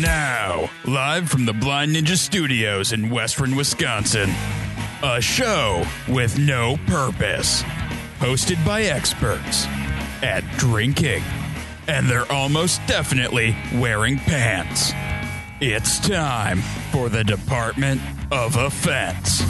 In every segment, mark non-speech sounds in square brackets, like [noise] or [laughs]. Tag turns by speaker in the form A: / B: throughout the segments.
A: Now, live from the Blind Ninja Studios in Western Wisconsin, a show with no purpose, hosted by experts at drinking, and they're almost definitely wearing pants. It's time for the Department of Offense.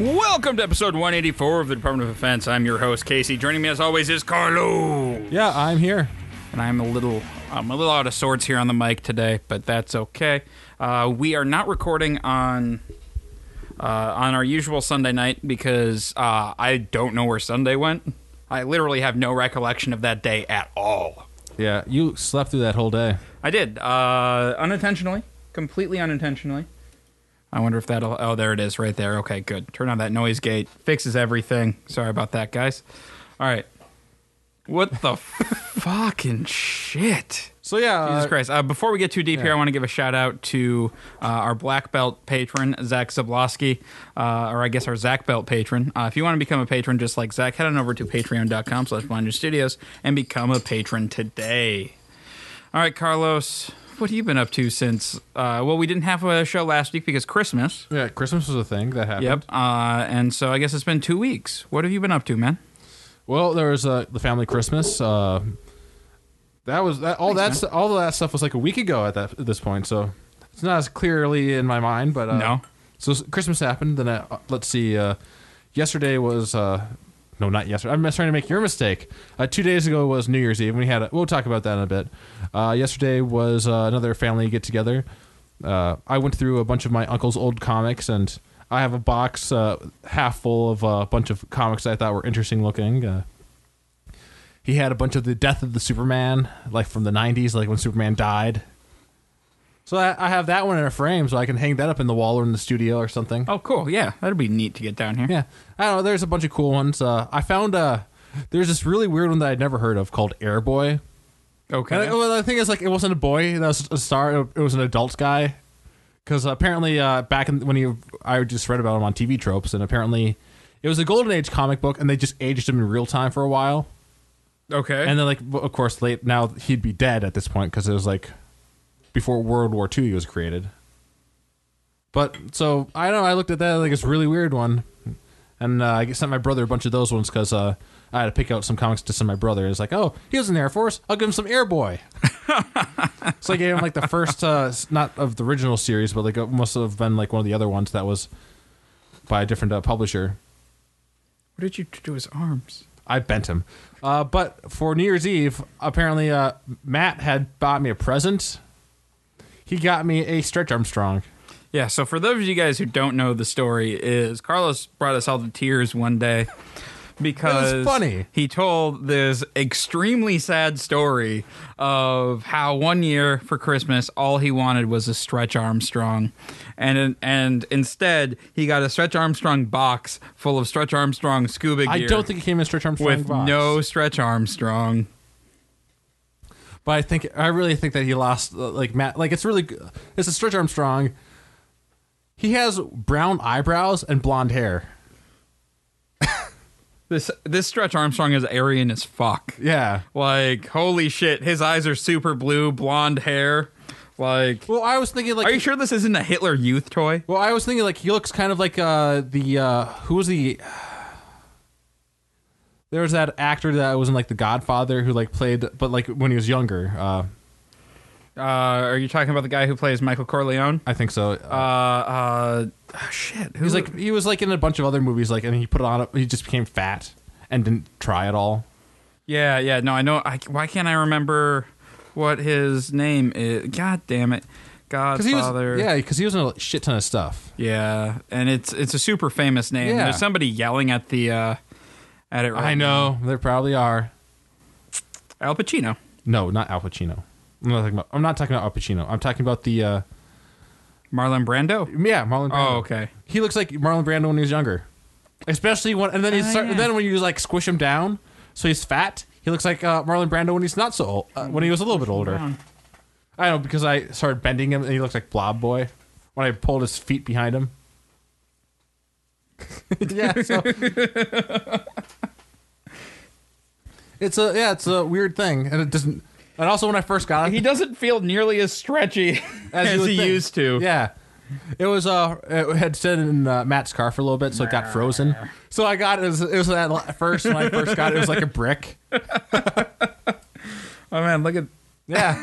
B: Welcome to episode 184 of the Department of Defense. I'm your host Casey. Joining me as always is Carlo,
C: Yeah, I'm here.
B: and I'm a little I'm a little out of sorts here on the mic today, but that's okay. Uh, we are not recording on uh, on our usual Sunday night because uh, I don't know where Sunday went. I literally have no recollection of that day at all.
C: Yeah, you slept through that whole day.
B: I did uh, unintentionally, completely unintentionally. I wonder if that'll. Oh, there it is, right there. Okay, good. Turn on that noise gate. Fixes everything. Sorry about that, guys. All right. What the fucking shit?
C: So yeah,
B: Jesus
C: uh,
B: Christ. Uh, before we get too deep here, I want to give a shout out to uh, our black belt patron, Zach Zablosky, uh, or I guess our Zach belt patron. Uh, if you want to become a patron just like Zach, head on over to patreon.com slash blinder studios and become a patron today. All right, Carlos, what have you been up to since? Uh, well, we didn't have a show last week because Christmas.
C: Yeah, Christmas was a thing that happened.
B: Yep. Uh, and so I guess it's been two weeks. What have you been up to, man?
C: Well, there was uh, the family Christmas. Uh, that was that. All that's all of that stuff was like a week ago at that at this point. So it's not as clearly in my mind, but uh,
B: No.
C: So s- Christmas happened. Then I, uh, let's see. Uh, yesterday was uh, no, not yesterday. I'm trying to make your mistake. Uh, two days ago was New Year's Eve. We had a, we'll talk about that in a bit. Uh, yesterday was uh, another family get together. Uh, I went through a bunch of my uncle's old comics, and I have a box uh, half full of uh, a bunch of comics I thought were interesting looking. Uh, he had a bunch of the death of the Superman, like from the '90s, like when Superman died. So I, I have that one in a frame, so I can hang that up in the wall or in the studio or something.
B: Oh, cool. Yeah. That'd be neat to get down here.
C: Yeah, I don't know. There's a bunch of cool ones. Uh, I found uh, there's this really weird one that I'd never heard of called Airboy.
B: Okay.
C: And I, well, the thing is, like, it wasn't a boy that was a star; it was an adult guy. Because apparently, uh, back in, when he, I just read about him on TV tropes, and apparently, it was a golden age comic book, and they just aged him in real time for a while.
B: okay.
C: And then, like, w- of course, late now he'd be dead at this point because it was like before World War II he was created. But so I don't know. I looked at that like it's a really weird one, and uh, I sent my brother a bunch of those ones because uh, I had to pick out some comics to send my brother. It's like, oh, he was in the Air Force. I'll give him some Air Boy. so I gave him like the first, uh, s- not of the original series, but like it must have been like one of the other ones that was by a different uh, publisher.
B: what did you do to his arms?
C: I bent him. Uh, but for New Year's Eve, apparently uh, Matt had bought me a present. He got me a Stretch Armstrong.
B: Yeah, so for those of you guys who don't know the story is Carlos brought us all to tears one [laughs] day because
C: funny.
B: he told this extremely sad story of how one year for Christmas all he wanted was a stretch Armstrong and and instead he got a stretch Armstrong box full of stretch Armstrong scuba gear
C: I don't think it came in a Stretch Armstrong
B: with
C: box.
B: no stretch Armstrong.
C: but I think I really think that he lost. uh, Like Matt, like it's really, g- it's a Stretch Armstrong. He has brown eyebrows and blonde hair.
B: This this stretch Armstrong is Aryan as fuck.
C: Yeah.
B: Like, holy shit, his eyes are super blue, blonde hair. Like,
C: Well, I was thinking like.
B: are you sure this isn't a Hitler Youth toy?
C: well, I was thinking like he looks kind of like uh the uh who was the. There was that actor that was in like The Godfather who like played, but like when he was younger. Uh,
B: Uh, are you talking about the guy who plays Michael Corleone?
C: I think so. Uh,
B: Uh, uh, ah, shit. Who's
C: he's like he was like in a bunch of other movies, like and he put on. He just became fat and didn't try at all.
B: yeah, yeah. No, I know. I, why can't I remember what his name is? God damn it,
C: Because he
B: Godfather.
C: was yeah, because he was in a shit ton of stuff.
B: yeah. And it's it's a super famous name.
C: Yeah.
B: There's somebody yelling at the uh, at it. Right
C: I know there probably are.
B: now. Al Pacino.
C: No, not Al Pacino. I'm not talking about. I'm not talking about Al Pacino. I'm talking about the uh,
B: Marlon Brando.
C: yeah Marlon. Brando.
B: Oh, okay.
C: He looks like Marlon Brando when he was younger, especially when and then he
B: Oh,
C: start,
B: yeah.
C: then when you like squish him down, so he's fat. He looks like uh, Marlon Brando when he's not so old, uh, when he was a little bit older. I know because I started bending him and he looks like Blob Boy when I pulled his feet behind him. [laughs] yeah,
B: [laughs]
C: so it's a yeah, it's a weird thing, and it doesn't. And also, when I first got it,
B: He doesn't feel nearly as [laughs] stretchy
C: you
B: as,
C: would
B: he
C: think.
B: used to.
C: Yeah. It was uh, it had stood in uh, Matt's car for a little bit, so it got frozen. So I got it was it was that la- first when I first got it, it was like a
B: [laughs]
C: brick.
B: Oh man, look at
C: Yeah,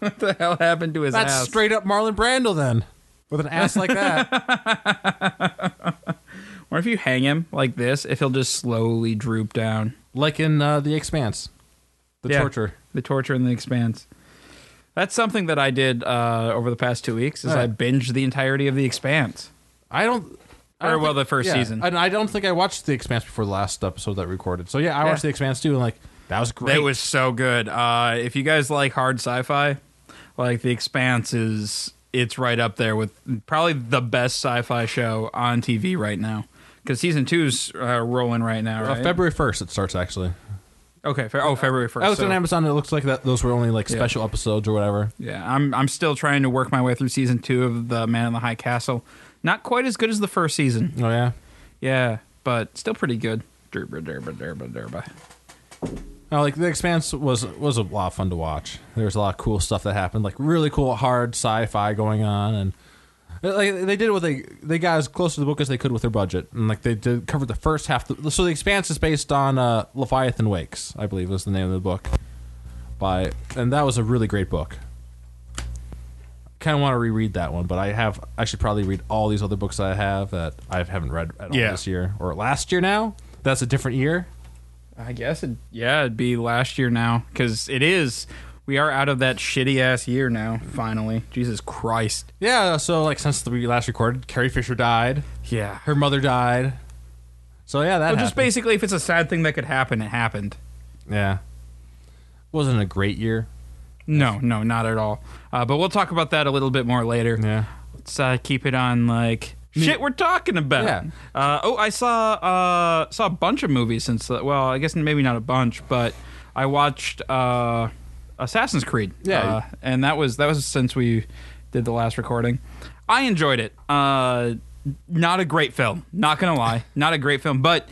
B: what the hell happened to his
C: that's
B: ass.
C: straight up Marlon Brando then, with an ass like
B: [laughs]
C: that.
B: Or if you hang him like this, if he'll just slowly droop down.
C: like in uh, The Expanse, the
B: Yeah.
C: torture.
B: The torture and the expanse. That's something that I did uh, over the past two weeks. Is I
C: Alright.
B: binged the entirety of the expanse.
C: I don't. I
B: Or,
C: don't
B: well, the first
C: yeah.
B: season.
C: And I don't think I watched The Expanse before the last episode that recorded. So yeah, I
B: Yeah.
C: watched The Expanse too, and like that was great.
B: It was so good. Uh, if you guys like hard sci-fi, like The Expanse is, it's right up there with probably the best sci-fi show on TV right now. Because season two's uh, rolling right now,
C: Uh,
B: right?
C: February first. It starts actually.
B: Okay, fe- oh February first.
C: I was on Amazon. It looks like that. Those were only like
B: Yeah.
C: special episodes or whatever.
B: Yeah, I'm I'm still trying to work my way through season two of the Man in the High Castle. Not quite as good as the first season.
C: Oh yeah.
B: Yeah, but still pretty good. Derba derba derba derba.
C: No, like The Expanse was was a lot of fun to watch. There was a lot of cool stuff that happened, like really cool hard sci-fi going on, and like they did what they they got as close to the book as they could with their budget, and like they did covered the first half. The, so The Expanse is based on uh, Leviathan Wakes, I believe, was the name of the book, by and that was a really great book. Kind of want to reread that one, but I have I should probably read all these other books that I have that I haven't read at all
A: Yeah.
C: this year or last year. Now that's a different year.
B: I guess it. Yeah, it'd be last year now because it is. We are out of that shitty ass year now. Finally, Jesus Christ.
C: Yeah, so like since the- we last recorded, Carrie Fisher died.
B: Yeah.
C: Her mother died. So yeah, that
B: Well, just
C: happened.
B: basically, if it's a sad thing that could happen, it happened.
C: yeah. Wasn't a great year.
B: No, no, not at all. Uh, but we'll talk about that a little bit more later.
C: Yeah.
B: let's uh, keep it on like shit we're talking about.
C: Yeah.
B: Uh, oh, I saw uh, saw a bunch of movies since. The, well, I guess maybe not a bunch, but I watched uh, Assassin's Creed.
C: Yeah.
B: uh, and that was that was since we did the last recording. I enjoyed it. Uh, not a great film. Not
C: [laughs]
B: gonna lie, not a great film, but.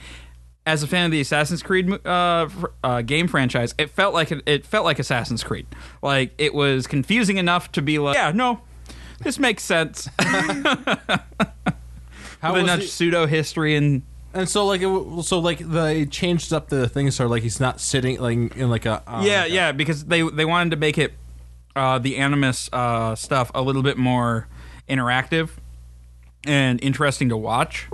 B: As a fan of the Assassin's Creed uh, fr- uh, game franchise, it felt like it, it felt like Assassin's Creed. Like it was confusing enough to be like, yeah, no, this makes sense.
C: [laughs]
B: [laughs]
C: How
B: With
C: was
B: enough
C: the-
B: pseudo history and
C: and so like it, w- so like they changed up the things so like he's not sitting like in like a um,
B: yeah,
C: like a-
B: yeah, because they they wanted to make it uh, the animus uh, stuff a little bit more interactive and interesting to watch.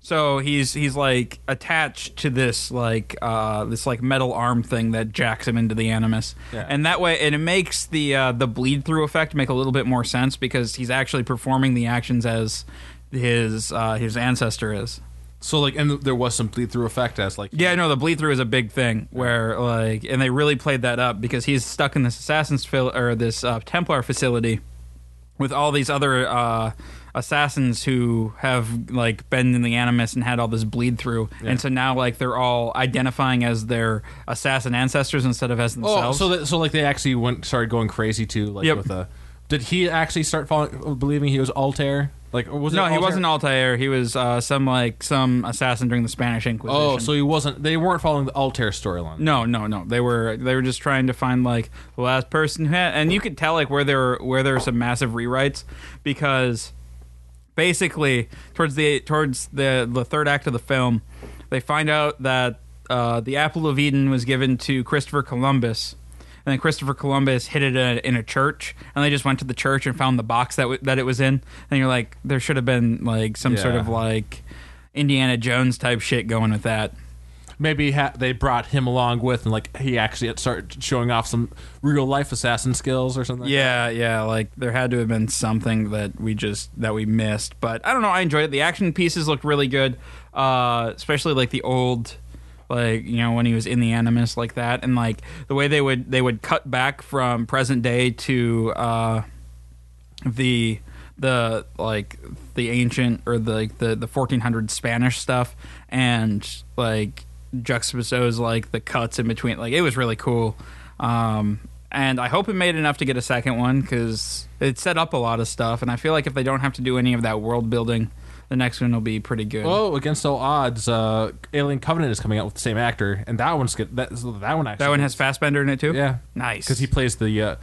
B: So he's he's like attached to this like uh, this like metal arm thing that jacks him into the animus,
C: Yeah.
B: and that way and it makes the uh, the bleed through effect make a little bit more sense because he's actually performing the actions as his uh, his ancestor is.
C: So like and there was some bleed through effect as like
B: Yeah, no, the bleed through is a big thing where like, and they really played that up because he's stuck in this assassins fil- or this uh, Templar facility with all these other uh, assassins who have like been in the animus and had all this bleed through, and so now like they're all identifying as their assassin ancestors instead of as
C: Oh,
B: themselves.
C: so that, so like they actually went started going crazy too like
B: Yep.
C: with a Did he actually start falling, believing he was Altair? Like or was it
B: no, he
C: Altair?
B: wasn't Altair. He was uh, some like some assassin during the Spanish Inquisition.
C: Oh, so he wasn't they weren't following the Altair storyline.
B: No, no, no. They were they were just trying to find like the last person who had, and you could tell like where there were, where there were some massive rewrites because basically towards the towards the the third act of the film, they find out that uh, the apple of Eden was given to Christopher Columbus. And then Christopher Columbus hid it in a, in a church, and they just went to the church and found the box that w- that it was in. And you're like, there should have been like some sort
C: Yeah.
B: of like Indiana Jones type shit going with that.
C: maybe ha- they brought him along with, and like he actually had started showing off some real life assassin skills or something.
B: Yeah, yeah. Like there had to have been something that we just that we missed, but I don't know. I enjoyed it. The action pieces looked really good, uh, especially like the old, like you know when he was in the Animus like that, and like the way they would they would cut back from present day to uh, the the like the ancient or the like, the the 1400 Spanish stuff and like juxtapose like the cuts in between like it was really cool um and I hope it made enough to get a second one because it set up a lot of stuff and I feel like if they don't have to do any of that world building The next one will be pretty good.
C: Oh, against all odds, uh, Alien Covenant is coming out with the same actor, and that one's good. That, that one actually.
B: that one has Fassbender in it too.
C: Yeah.
B: nice.
C: because he plays the uh,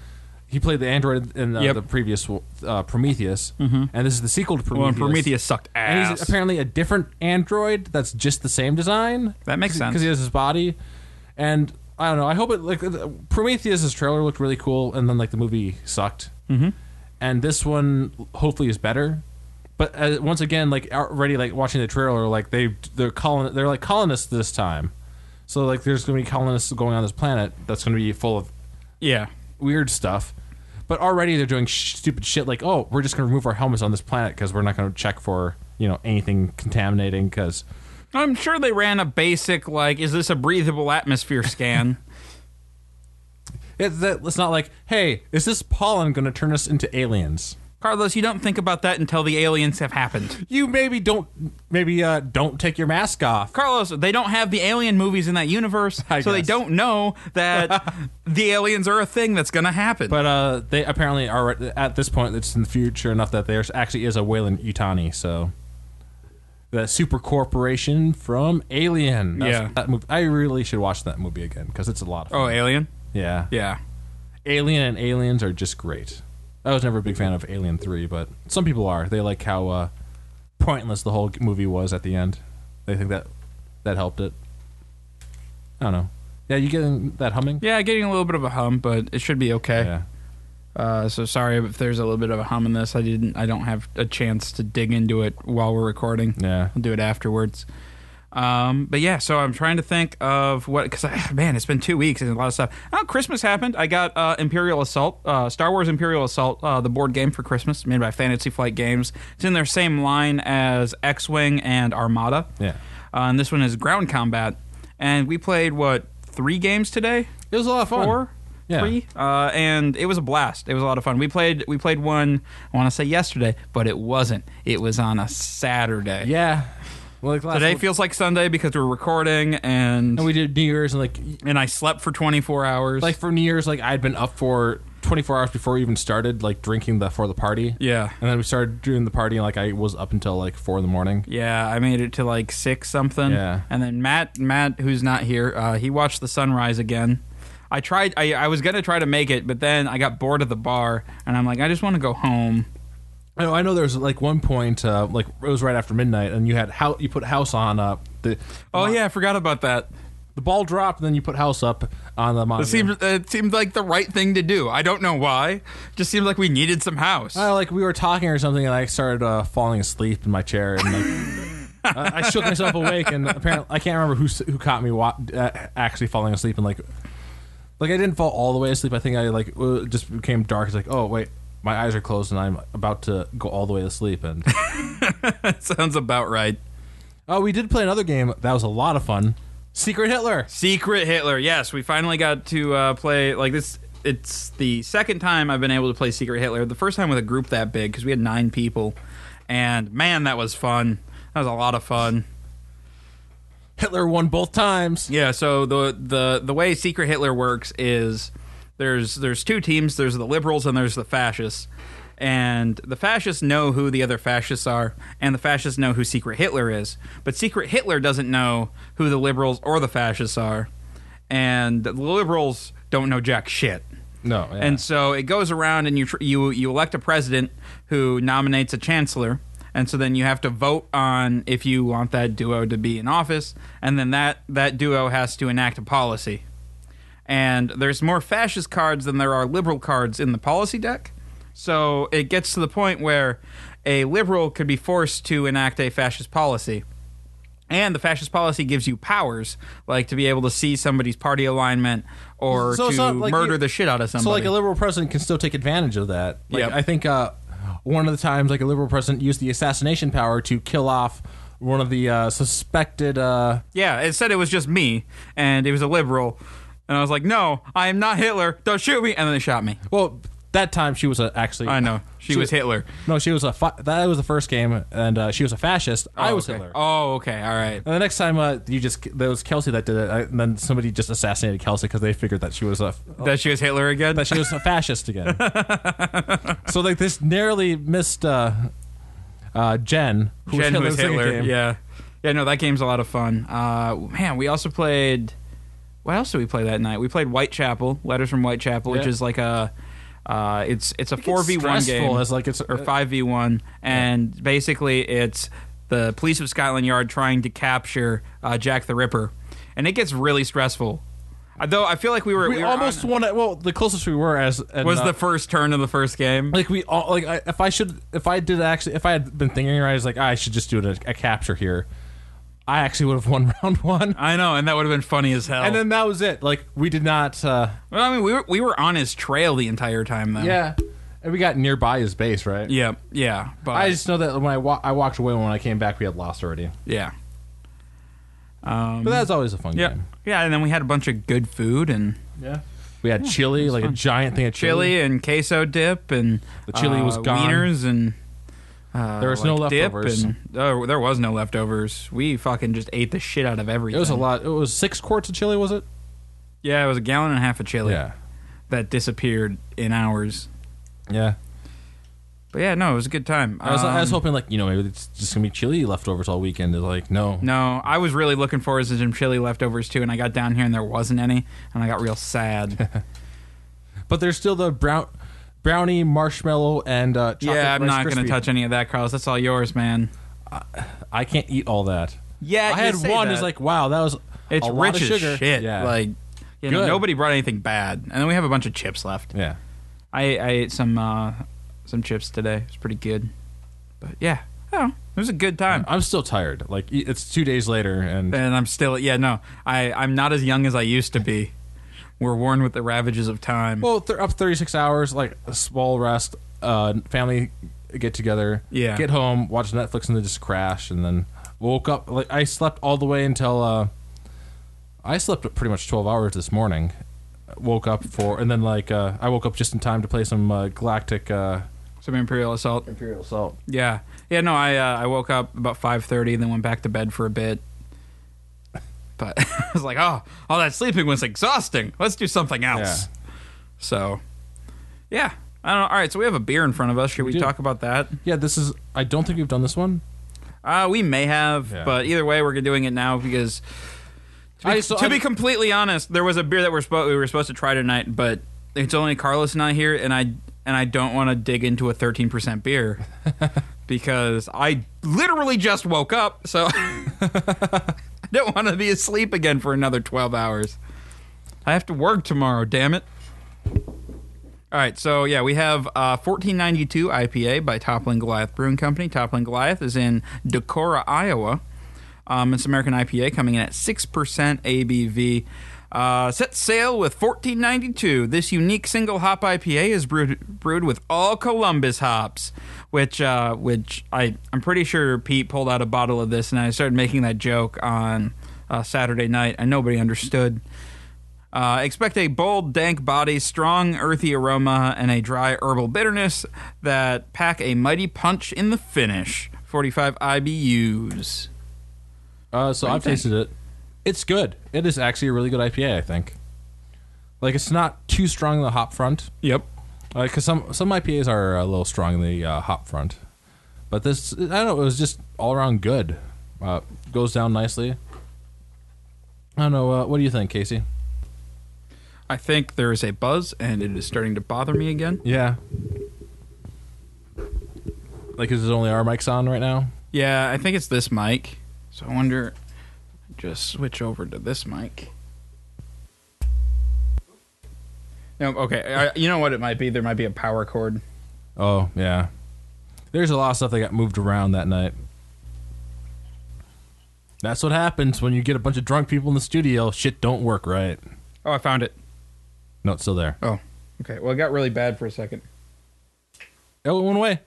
C: he played the android in uh,
B: Yep.
C: the previous uh, Prometheus, and this is the sequel to
B: well,
C: Prometheus.
B: and Prometheus sucked
C: And
B: ass.
C: he's apparently a different android that's just the same design.
B: That makes sense.
C: because he has his body, and I don't know. I hope it like Prometheus' trailer looked really cool, and then like the movie sucked. Mm-hmm. And this one hopefully is better. But uh, once again, like already like watching the trailer, like they they're colon they're like colonists this time, so like there's gonna be colonists going on this planet that's gonna be full of
B: yeah,
C: weird stuff. But already they're doing sh- stupid shit like, oh, we're just going to remove our helmets on this planet because we're not going to check for you know anything contaminating because
B: I'm sure they ran a basic like, is this a breathable atmosphere
C: [laughs]
B: scan?
C: it's, that- it's not like, hey, is this pollen going to turn us into aliens?
B: Carlos, you don't think about that until the aliens have happened.
C: You maybe don't maybe uh, don't take your mask off.
B: Carlos, they don't have the alien movies in that universe,
C: I
B: so they
C: guess.
B: don't know
C: [laughs]
B: that the aliens are a thing that's going to happen.
C: But uh, they apparently are at this point. It's in the future enough that there actually is a Wayland Utani. So the super corporation from Alien. That's-
B: Yeah.
C: that movie, I really should watch that movie again because it's a lot. Of fun.
B: oh, alien?
C: yeah,
B: Yeah.
C: Alien and Aliens are just great. I was never a big fan of Alien 3, but some people are. They like how uh, pointless the whole movie was at the end. They think that that helped it. I don't know. Yeah, you getting that humming?
B: Yeah, getting a little bit of a hum, but it should be okay.
C: Yeah.
B: Uh, so sorry if there's a little bit of a hum in this. I didn't. I don't have a chance to dig into it while we're recording.
C: Yeah.
B: I'll do it afterwards. Um, but yeah, so I'm trying to think of what because [sighs] man, it's been two weeks and a lot of stuff. Oh, Christmas happened. I got uh, Imperial Assault, uh, Star Wars Imperial Assault, uh, the board game for Christmas, made by Fantasy Flight Games. It's in their same line as X-wing and Armada.
C: Yeah.
B: uh, and this one is ground combat, and we played what three games today
C: It was a lot of fun.
B: four,
C: Yeah.
B: three, uh, and it was a blast. It was a lot of fun. We played we played one. I want to say yesterday, but it wasn't. It was on a Saturday.
C: Yeah. Well, like last
B: Today
C: one-
B: feels like Sunday because we're recording and
C: and we did New Year's and like
B: and I slept for 24 hours.
C: like for New Year's like I'd been up for 24 hours before we even started like drinking the for the party.
B: yeah.
C: And then we started doing the party and like I was up until like 4 in the morning.
B: Yeah, I made it to like six something.
C: Yeah.
B: And then Matt, Matt, who's not here, uh, he watched the sunrise again. I tried. I, I was gonna try to make it, but then I got bored of the bar, and I'm like, I just want to go home.
C: I know, Oh, I know there was like one point, uh, like it was right after midnight, and you had how you put house on uh, the
B: Oh yeah, I forgot about that.
C: the ball dropped, and then you put house up on the monitor.
B: It seemed uh, it seemed like the right thing to do. I don't know why. Just seemed like we needed some house.
C: Uh, like we were talking or something, and I started uh, falling asleep in my chair, and like, [laughs] I, I shook myself awake, and apparently I can't remember who s- who caught me wa- uh, actually falling asleep, and like like I didn't fall all the way asleep. I think I like uh, just became dark. It's like oh wait, my eyes are closed, and I'm about to go all the way to sleep, and. [laughs]
B: that [laughs] sounds about right.
C: Oh, we did play another game that was a lot of fun. Secret Hitler.
B: Secret Hitler. Yes, we finally got to uh, play like this. It's the second time I've been able to play Secret Hitler. The first time with a group that big because we had nine people, and man, that was fun. That was a lot of fun.
C: Hitler won both times.
B: Yeah. So the the the way Secret Hitler works is there's there's two teams. There's the liberals and there's the fascists. And the fascists know who the other fascists are, and the fascists know who Secret Hitler is. But Secret Hitler doesn't know who the liberals or the fascists are, and the liberals don't know jack shit.
C: No, yeah.
B: And so it goes around, and you tr- you you elect a president who nominates a chancellor, and so then you have to vote on if you want that duo to be in office, and then that that duo has to enact a policy. And there's more fascist cards than there are liberal cards in the policy deck, so it gets to the point where a liberal could be forced to enact a fascist policy. And the fascist policy gives you powers, like to be able to see somebody's party alignment or
C: So it's
B: to
C: not like
B: murder
C: you-
B: the shit out of somebody.
C: so like a liberal president can still take advantage of that. Like
B: Yep.
C: I think uh, one of the times like a liberal president used the assassination power to kill off one of the uh, suspected. Uh,
B: Yeah, it said it was just me, and it was a liberal. And I was like, no, I am not Hitler. Don't shoot me. And then they shot me.
C: well, that time she was a, actually.
B: I know. She was Hitler.
C: No, she was a. Fa- that was the first game, and uh, she was a fascist. I
B: Oh,
C: was
B: okay.
C: Hitler.
B: Oh, okay. All right.
C: And the next time, uh, you just that was Kelsey that did it, I, and then somebody just assassinated Kelsey because they figured that she was a
B: That she was Hitler again?
C: that she
B: [laughs]
C: was a fascist again. so like this narrowly missed. Uh, uh, Jen, who
B: Jen who
C: Hitler's
B: is
C: second
B: Hitler.
C: game.
B: Yeah, yeah. No, that game's a lot of fun. Uh, man, we also played. What else did we play that night? We played Whitechapel, Letters from Whitechapel, which
C: Yeah.
B: is like a. Uh, it's it's a four v one
C: stressful
B: game,
C: as, like, it's-
B: or five v one, and basically it's the police of Scotland Yard trying to capture uh, Jack the Ripper, and it gets really stressful. Uh, Though I feel like we were
C: We,
B: we were
C: almost
B: on-
C: won it. Well, the closest we were as and,
B: was
C: uh,
B: the first turn of the first game.
C: like we all like I, if I should if I did actually if I had been thinking right, I was like "Ah, I should just do a, a capture here. I actually would have won [laughs] round one,
B: I know, and that would have been funny as hell.
C: and then that was it. Like we did not. uh
B: well, I mean, we were we were on his trail the entire time though.
C: Yeah, and we got nearby his base, right?
B: Yeah, yeah, but
C: I just know that when I wa- I walked away when I came back, we had lost already.
B: yeah,
C: But that's always a fun
B: yeah,
C: game.
B: yeah. And then we had a bunch of good food and
C: Yeah. We had chili, like a giant thing of chili.
B: chili and queso dip and
C: The chili was
B: uh,
C: gone.
B: Wieners and uh,
C: There was no
B: like, dip
C: leftovers.
B: And, oh, there was no leftovers. We fucking just ate the shit out of everything.
C: It was a lot. It was six quarts of chili, was it?
B: Yeah, it was a gallon and a half of chili that disappeared in hours.
C: Yeah.
B: But yeah, no, it was a good time.
C: I was, I was
B: Um,
C: hoping, like, you know, maybe it's just going to be chili leftovers all weekend. They're like, no.
B: no, I was really looking forward to some chili leftovers too, and I got down here and there wasn't any, and I got
C: [laughs]
B: real sad.
C: But there's still the brown, brownie, marshmallow, and uh, chocolate
B: yeah, I'm
C: Rice
B: not gonna
C: Krispie.
B: touch any of that, Carlos. That's all yours, man.
C: I can't eat all that.
B: Yeah,
C: I
B: you
C: had
B: say
C: one.
B: that.
C: It's like, wow, that was
B: it's
C: a lot
B: rich
C: of sugar.
B: as shit.
C: Yeah.
B: Like you know,
C: Good.
B: nobody brought anything bad, and then we have a bunch of chips left.
C: yeah.
B: I, I ate some uh, some chips today. It's pretty good, but yeah, oh, it was a good time.
C: I'm still tired. Like, e- it's two days later, and
B: And I'm still yeah no I I'm not as young as I used to be. We're worn with the ravages of time.
C: Well, th- up 36 hours, like a small rest, uh, family get together,
B: Yeah.
C: get home, watch Netflix, and then just crash. And then woke up. Like I slept all the way until uh, I slept pretty much 12 hours this morning. Woke up for, and then like uh, I woke up just in time to play some uh, Galactic uh,
B: Some imperial assault.
C: Imperial Assault.
B: Yeah yeah no I uh, I woke up about five thirty then went back to bed for a bit. But [laughs] I was like oh all that sleeping was exhausting. Let's do something else. So, yeah. I don't know. All right, so we have a beer in front of us. Should we,
C: do.
B: talk about that?
C: Yeah, this is. I don't think we've done this one.
B: Uh, we may have,
C: Yeah.
B: but either way, we're doing it now because to, be,
C: I- so
B: to
C: I-
B: be completely honest, there was a beer that we're spo- we were supposed to try tonight, but it's only Carlos and I here, and I and I don't want to dig into a thirteen
C: [laughs]
B: percent beer because I literally just woke up, so [laughs] I don't want to be asleep again for another twelve hours. I have to work tomorrow. Damn it. All right, so yeah, we have uh, 1492 IPA by Toppling Goliath Brewing Company. Toppling Goliath is in Decorah, Iowa. Um, it's American IPA coming in at 6% ABV. Uh, set sail with 1492. This unique single hop IPA is brewed, brewed with all Columbus hops, which uh, which I I'm pretty sure Pete pulled out a bottle of this, and I started making that joke on uh, Saturday night, and nobody understood. Uh, expect a bold, dank body, strong, earthy aroma, and a dry herbal bitterness that pack a mighty punch in the finish. 45 IBUs.
C: Uh, so
B: do you
C: I've tasted it. It's good. It is actually a really good IPA. I think. Like it's not too strong in the hop front.
B: Yep.
C: because Uh, some some IPAs are a little strong in the uh, hop front, but this I don't know. It was just all around good. Uh, goes down nicely. I don't know. Uh, what do you think, Casey?
B: I think there is a buzz, and it is starting to bother me again.
C: Yeah. Like is it only our mics on right now?
B: Yeah, I think it's this mic. So I wonder. Just switch over to this mic. No, okay. I, you know what it might be? There might be a power cord.
C: Oh yeah. There's a lot of stuff that got moved around that night. That's what happens when you get a bunch of drunk people in the studio. Shit don't work right.
B: Oh, I found it.
C: No, it's still there.
B: Oh, okay. Well, it got really bad for a second.
C: Oh, it went away.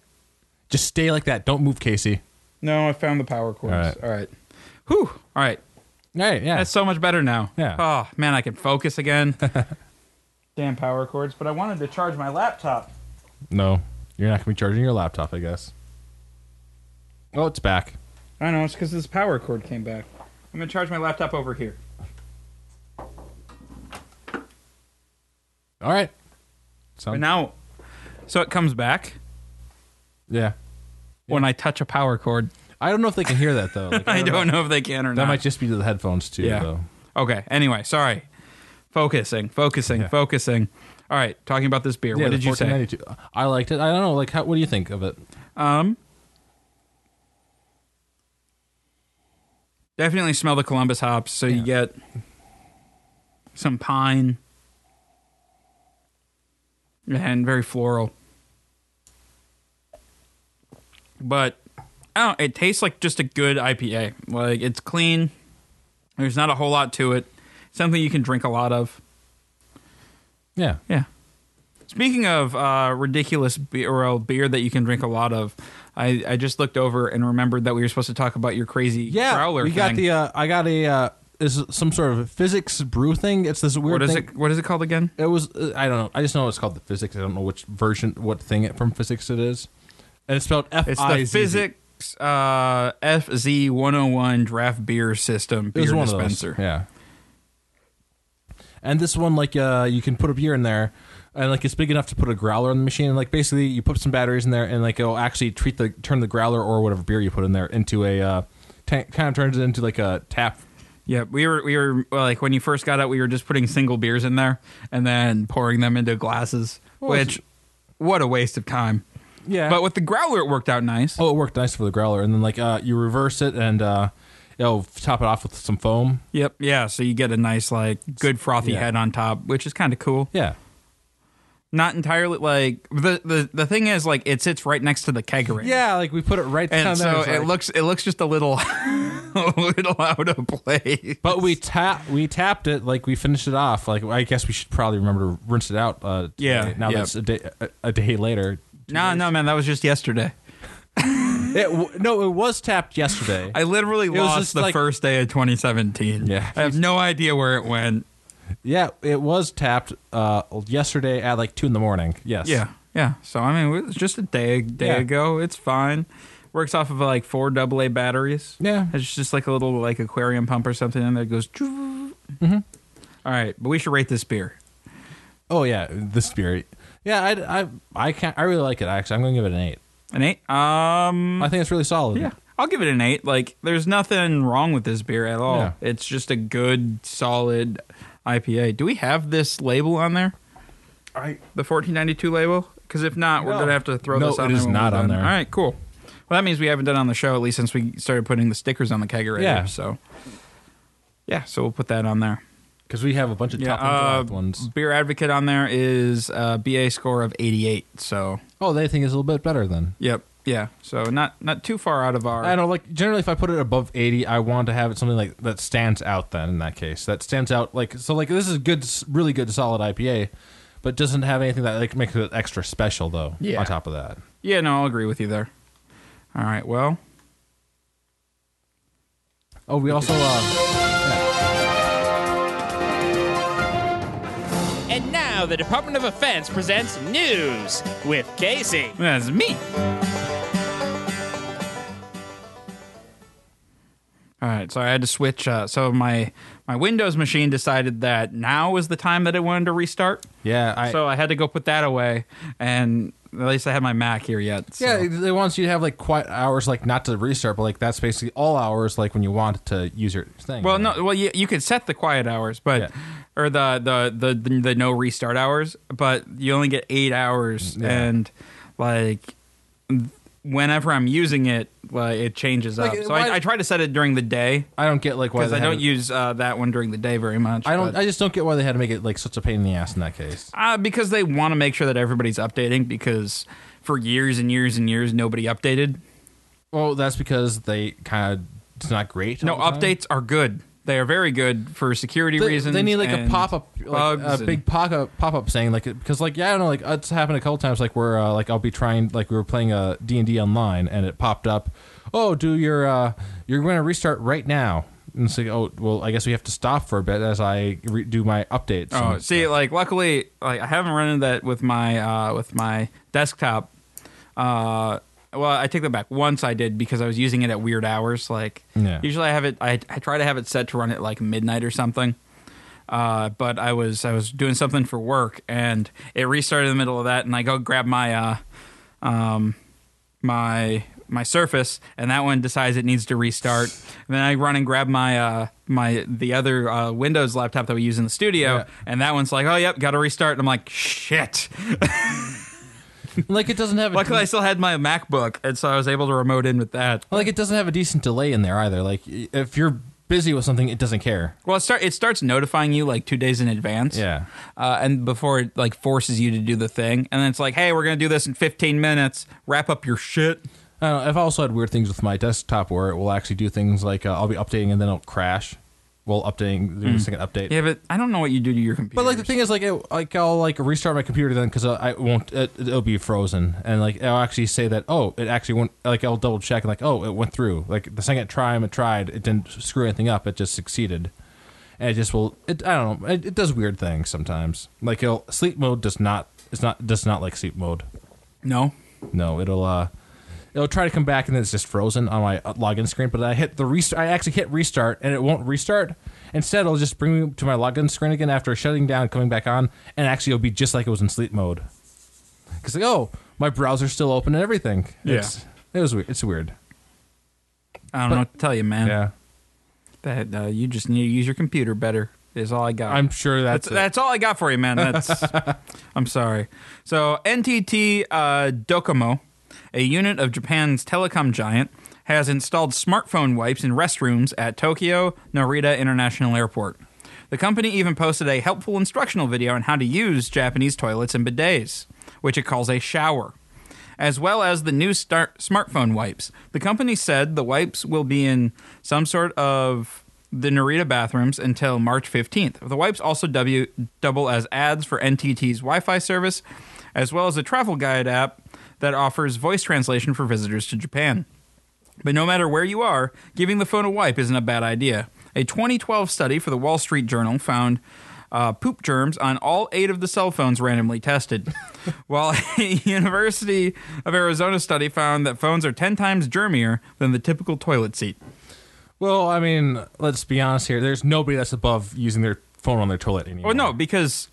C: Just stay like that. Don't move, Casey.
B: No, I found the power cords. All
C: All right.
B: right. All right. Whew. All right.
C: All right, yeah.
B: That's so much better now.
C: Yeah.
B: Oh, man, I can
C: [laughs]
B: focus again. Damn power cords. But I wanted to charge my laptop.
C: No, you're not gonna be charging your laptop, I guess. Oh, it's back.
B: I know. It's because this power cord came back. I'm going to charge my laptop over here.
C: All right.
B: But
C: Sound-
B: now, so it comes back.
C: yeah.
B: when I touch a power cord.
C: I don't know if they can hear
B: [laughs]
C: that though. Like,
B: I don't know if they can or
C: That
B: not.
C: might just be the headphones too,
B: yeah.
C: though.
B: Okay. Anyway, sorry. Focusing, focusing,
C: Yeah.
B: focusing. All right. Talking about this beer.
C: Yeah,
B: what
C: the
B: did you say?
C: 1492. I liked it. I don't know. Like, how, what do you think of it?
B: Um. Definitely smell the Columbus hops. So you get some pine and very floral. But I don't. It tastes like just a good IPA. Like it's clean. There's not a whole lot to it. Something you can drink a lot of.
C: Yeah.
B: Yeah. Speaking of uh, ridiculous beer, or well, beer that you can drink a lot of, I, I just looked over and remembered that we were supposed to talk about your crazy
C: Yeah.
B: growler
C: we got
B: thing.
C: the. Uh, I got a. Uh, is some sort of physics brew thing. It's this weird
B: what is
C: thing.
B: it? What is it called again?
C: It was uh, I don't know. I just know it's called the physics. I don't know which version, what thing it, from physics it is, and it's spelled F
B: It's the
C: I Z Z.
B: physics uh, FZ one hundred and one draft beer system
C: It
B: beer
C: was one
B: dispenser.
C: of those. Yeah. And this one, like, uh, you can put a beer in there, and like it's big enough to put a growler on the machine. And like basically, you put some batteries in there, and like it'll actually treat the turn the growler or whatever beer you put in there into a uh, tank. Kind of turns it into like a tap.
B: Yeah, we were we were well, like when you first got out, we were just putting single beers in there and then pouring them into glasses,
C: Well, it's-
B: which what a waste of time.
C: Yeah.
B: But with the growler, it worked out nice.
C: oh, it worked nice for the growler, and then like uh, you reverse it and uh, it'll top it off with some foam.
B: Yep. Yeah. So you get a nice, like, good frothy
C: Yeah.
B: head on top, which is kind of cool.
C: Yeah.
B: Not entirely like the, the the thing is like it sits right next to the kegerator.
C: Yeah, like we put it right down
B: And so
C: there. It's
B: it
C: like-
B: looks it looks just a little [laughs] a little out of place.
C: But we tap we tapped it like we finished it off. Like I guess we should probably remember to rinse it out. Uh,
B: Yeah,
C: today, Now
B: yeah.
C: that's a day a, a day later.
B: No, no, man, that was just yesterday.
C: It w- no, it was tapped yesterday.
B: I literally
C: was
B: lost
C: just
B: the
C: like-
B: first day of 2017.
C: Yeah.
B: I have no idea where it went.
C: yeah, it was tapped uh, yesterday at like two in the morning. Yes.
B: Yeah, yeah. So I mean, it was just a day day
C: Yeah.
B: ago. It's fine. Works off of like four AA batteries.
C: Yeah.
B: it's just like a little like aquarium pump or something, and it goes.
C: Mm-hmm.
B: All right, but we should rate this beer.
C: Oh yeah, the spirit. Yeah, I I I can't. I really like it. Actually, I'm going to give it an eight.
B: An eight. Um,
C: I think it's really solid.
B: yeah, I'll give it an eight. Like, there's nothing wrong with this beer at all.
C: Yeah.
B: It's just a good, solid IPA. Do we have this label on there?
C: I
B: The 1492 label? Because if not, we're
C: No.
B: gonna have to throw
C: No,
B: this on.
C: it
B: there
C: is
B: when we're
C: not on there.
B: done. All right, cool. Well, that means we haven't done it on the show at least since we started putting the stickers on the kegerator.
C: Yeah.
B: So, yeah, so we'll put that on there.
C: because we have a bunch of
B: Yeah,
C: top and
B: uh,
C: drop ones.
B: Beer Advocate on there is a BA score of 88. So,
C: Oh, they think it's a little bit better then.
B: yep, yeah. So not not too far out of our.
C: I don't know, like generally if I put it above 80, I want to have it something like that stands out then in that case. That stands out like so like this is good really good solid IPA, but doesn't have anything that like makes it extra special though
B: Yeah.
C: on top of that.
B: Yeah, no, I'll agree with you there. All right, well,
C: Oh, we also uh
D: And now the Department of Defense presents news with Casey.
B: that's me. All right, so I had to switch. Uh, so my my Windows machine decided that now was the time that it wanted to restart.
C: yeah, I
B: so I had to go put that away, and at least I had my Mac here yet. so-
C: yeah, it they wants you to have like quiet hours like not to restart, but like that's basically all hours like when you want to use your thing.
B: Well, no. Well, you, you could set the quiet hours, but
C: Yeah.
B: or the, the the the no restart hours, but you only get eight hours,
C: Yeah.
B: and like whenever I'm using it, like it changes
C: Like,
B: up. So
C: why-
B: I, I try to set it during the day
C: I don't get like why
B: because
C: they
B: I
C: had
B: don't
C: it-
B: use uh, that one during the day very much.
C: I don't
B: but-
C: I just don't get why they had to make it like such a pain in the ass in that case.
B: uh, because they want to make sure that everybody's updating because for years and years and years nobody updated.
C: Well, that's because they kind of it's not great.
B: No
C: all the time.
B: updates are good. They are very good for security
C: they,
B: reasons.
C: They need like a
B: and
C: pop up, like,
B: bugs
C: a
B: and-
C: big pop up, pop up saying like because like yeah, I don't know, like it's happened a couple times. Like where uh, like I'll be trying, like we were playing a D and D online, and it popped up. Oh, do your uh, you're going to restart right now. And it's like, oh, well, I guess we have to stop for a bit as I re- do my updates.
B: Oh,
C: and
B: see,
C: stuff.
B: like luckily, like I haven't run into that with my uh, with my desktop. Uh, well, I take that back. Once I did because I was using it at weird hours. Like
C: Yeah.
B: usually, I have it. I, I try to have it set to run at like midnight or something. Uh, but I was I was doing something for work and it restarted in the middle of that, and I go grab my uh, um, my my Surface, and that one decides it needs to restart. And then I run and grab my uh, my the other uh, Windows laptop that we use in the studio,
C: Yeah.
B: and that one's like, oh yep, got to restart. And I'm like, shit.
C: [laughs] Like it doesn't have a
B: Luckily, I still had my MacBook, and so I was able to remote in with that.
C: like it doesn't have a decent delay in there either. Like y- if you're busy with something, it doesn't care.
B: Well, it start it starts notifying you like two days in advance.
C: Yeah.
B: uh, and before it like forces you to do the thing, and then it's like, hey, we're gonna do this in 15 minutes. Wrap up your shit.
C: I don't know, I've also had weird things with my desktop where it will actually do things like uh, I'll be updating and then it'll crash while updating doing the second update.
B: Hmm. Yeah, but I don't know what you do to your computer.
C: But like the thing is, like it, like I'll like restart my computer then because I won't. It, it'll be frozen, and like I'll actually say that oh, it actually went. Like I'll double check and like oh, it went through. Like the second time I tried, it didn't screw anything up. It just succeeded, and it just will. It I don't know. It, it does weird things sometimes. Like it'll sleep mode does not. It's not does not like sleep mode.
B: no.
C: No, it'll uh, it'll try to come back and then it's just frozen on my uh, login screen. But I hit the restart. I actually hit restart and it won't restart. Instead, it'll just bring me to my login screen again after shutting down, coming back on, and actually it'll be just like it was in sleep mode. Cause like oh, my browser's still open and everything.
B: Yeah.
C: It's, it was weird. It's weird.
B: I don't know what to tell you, man.
C: Yeah,
B: That uh, you just need to use your computer better. Is all I got.
C: I'm sure that's
B: that's
C: it.
B: that's all I got for you, man. That's
C: [laughs]
B: I'm sorry. So NTT uh, Docomo, a unit of Japan's telecom giant, has installed smartphone wipes in restrooms at Tokyo Narita International Airport. The company even posted a helpful instructional video on how to use Japanese toilets and bidets, which it calls a shower as well as the new start smartphone wipes. The company said the wipes will be in some sort of the Narita bathrooms until March 15th. The wipes also w- double as ads for NTT's Wi Fi service, as well as a travel guide app that offers voice translation for visitors to Japan. But no matter where you are, giving the phone a wipe isn't a bad idea. A 2012 study for the Wall Street Journal found uh, poop germs on all eight of the cell phones randomly tested, [laughs] while a [laughs] University of Arizona study found that phones are 10 times germier than the typical toilet seat.
C: well, I mean, let's be honest here. There's nobody that's above using their phone on their toilet anymore.
B: Well, Oh, no, because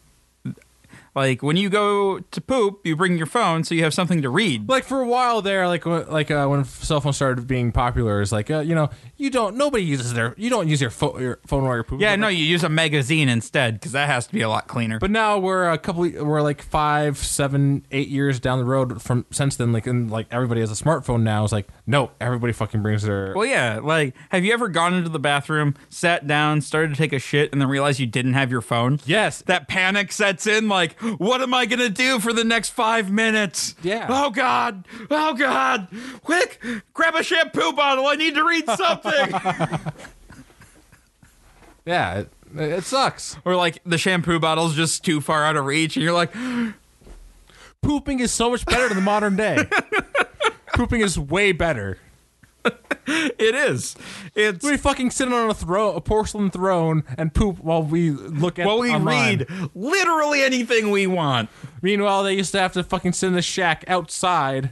B: like when you go to poop, you bring your phone so you have something to read.
C: like for a while there, like wh- like uh, when cell phones started being popular, it's like uh, you know you don't nobody uses their you don't use your, pho- your phone while you're pooping.
B: Yeah,
C: But,
B: no,
C: like-
B: you use a magazine instead because that has to be a lot cleaner.
C: But now we're a couple. We're like five, seven, eight years down the road from since then. Like and like everybody has a smartphone now. It's like no, everybody fucking brings their.
B: Well, yeah. Like, have you ever gone into the bathroom, sat down, started to take a shit, and then realized you didn't have your phone?
C: Yes.
B: That panic sets in. Like, what am I gonna do for the next five minutes?
C: Yeah.
B: Oh God. Oh God. Quick, grab a shampoo bottle. I need to read something.
C: yeah, it, it sucks.
B: or like the shampoo bottle's just too far out of reach, and you're like,
C: Pooping is so much better than the modern
B: [laughs]
C: day. Pooping is way better.
B: it is. It's.
C: We fucking sit on a throne, a porcelain throne, and poop while we look at
B: While we
C: online.
B: read literally anything we want.
C: Meanwhile, they used to have to fucking sit in the shack outside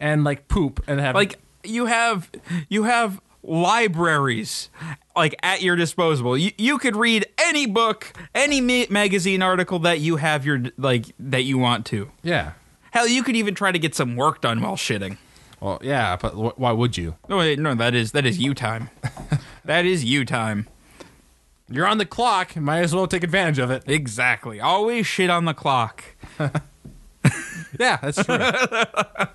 C: and like poop and have
B: like you have you have libraries like at your disposal you, you could read any book any ma- magazine article that you have your like that you want to
C: yeah,
B: hell you could even try to get some work done while shitting
C: well yeah, but wh- why would you?
B: no wait, no that is that is you time [laughs] that is you time
C: You're on the clock, might as well take advantage of it.
B: exactly always shit on the clock
C: [laughs] Yeah, that's true.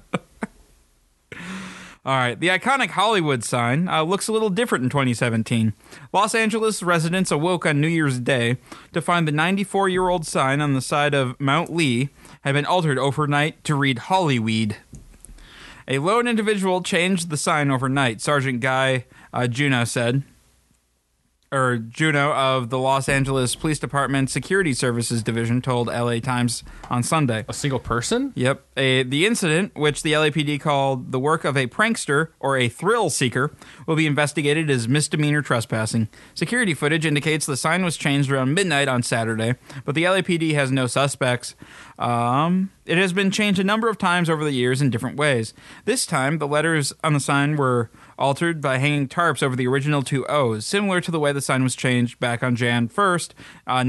B: All right, the iconic Hollywood sign uh, looks a little different in 2017. Los Angeles residents awoke on New Year's Day to find the 94 year old sign on the side of Mount Lee had been altered overnight to read Hollyweed. A lone individual changed the sign overnight, Sergeant Guy uh, Juno said or Juno of the Los Angeles Police Department Security Services Division told LA Times on Sunday.
C: a single person?
B: Yep. A, the incident, which the LAPD called the work of a prankster or a thrill seeker, will be investigated as misdemeanor trespassing. Security footage indicates the sign was changed around midnight on Saturday, but the LAPD has no suspects. Um, it has been changed a number of times over the years in different ways. This time, the letters on the sign were altered by hanging tarps over the original two O's, similar to the way the sign was changed back on Jan 1st, uh,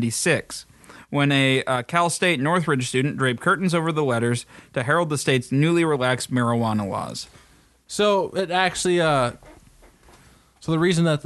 B: 1976 when a uh, Cal State Northridge student draped curtains over the letters to herald the state's newly relaxed marijuana laws.
C: So it actually, uh, so the reason that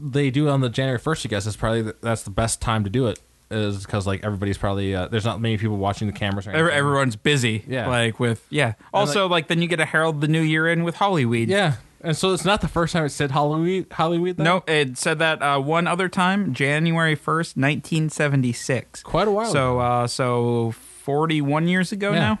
C: they do it on the January first, I guess, is probably th- that's the best time to do it, is because like everybody's probably uh, there's not many people watching the cameras. Or
B: Every,
C: anything.
B: everyone's busy.
C: Yeah.
B: Like with yeah. Also, like, then you get to herald the new year in with Hollyweed.
C: Yeah, and so it's not the first time it said Halloween. Halloween. Then?
B: No, it said that uh, one other time, January first, nineteen seventy six.
C: Quite a while
B: So, uh, so forty one years ago
C: Yeah.
B: now.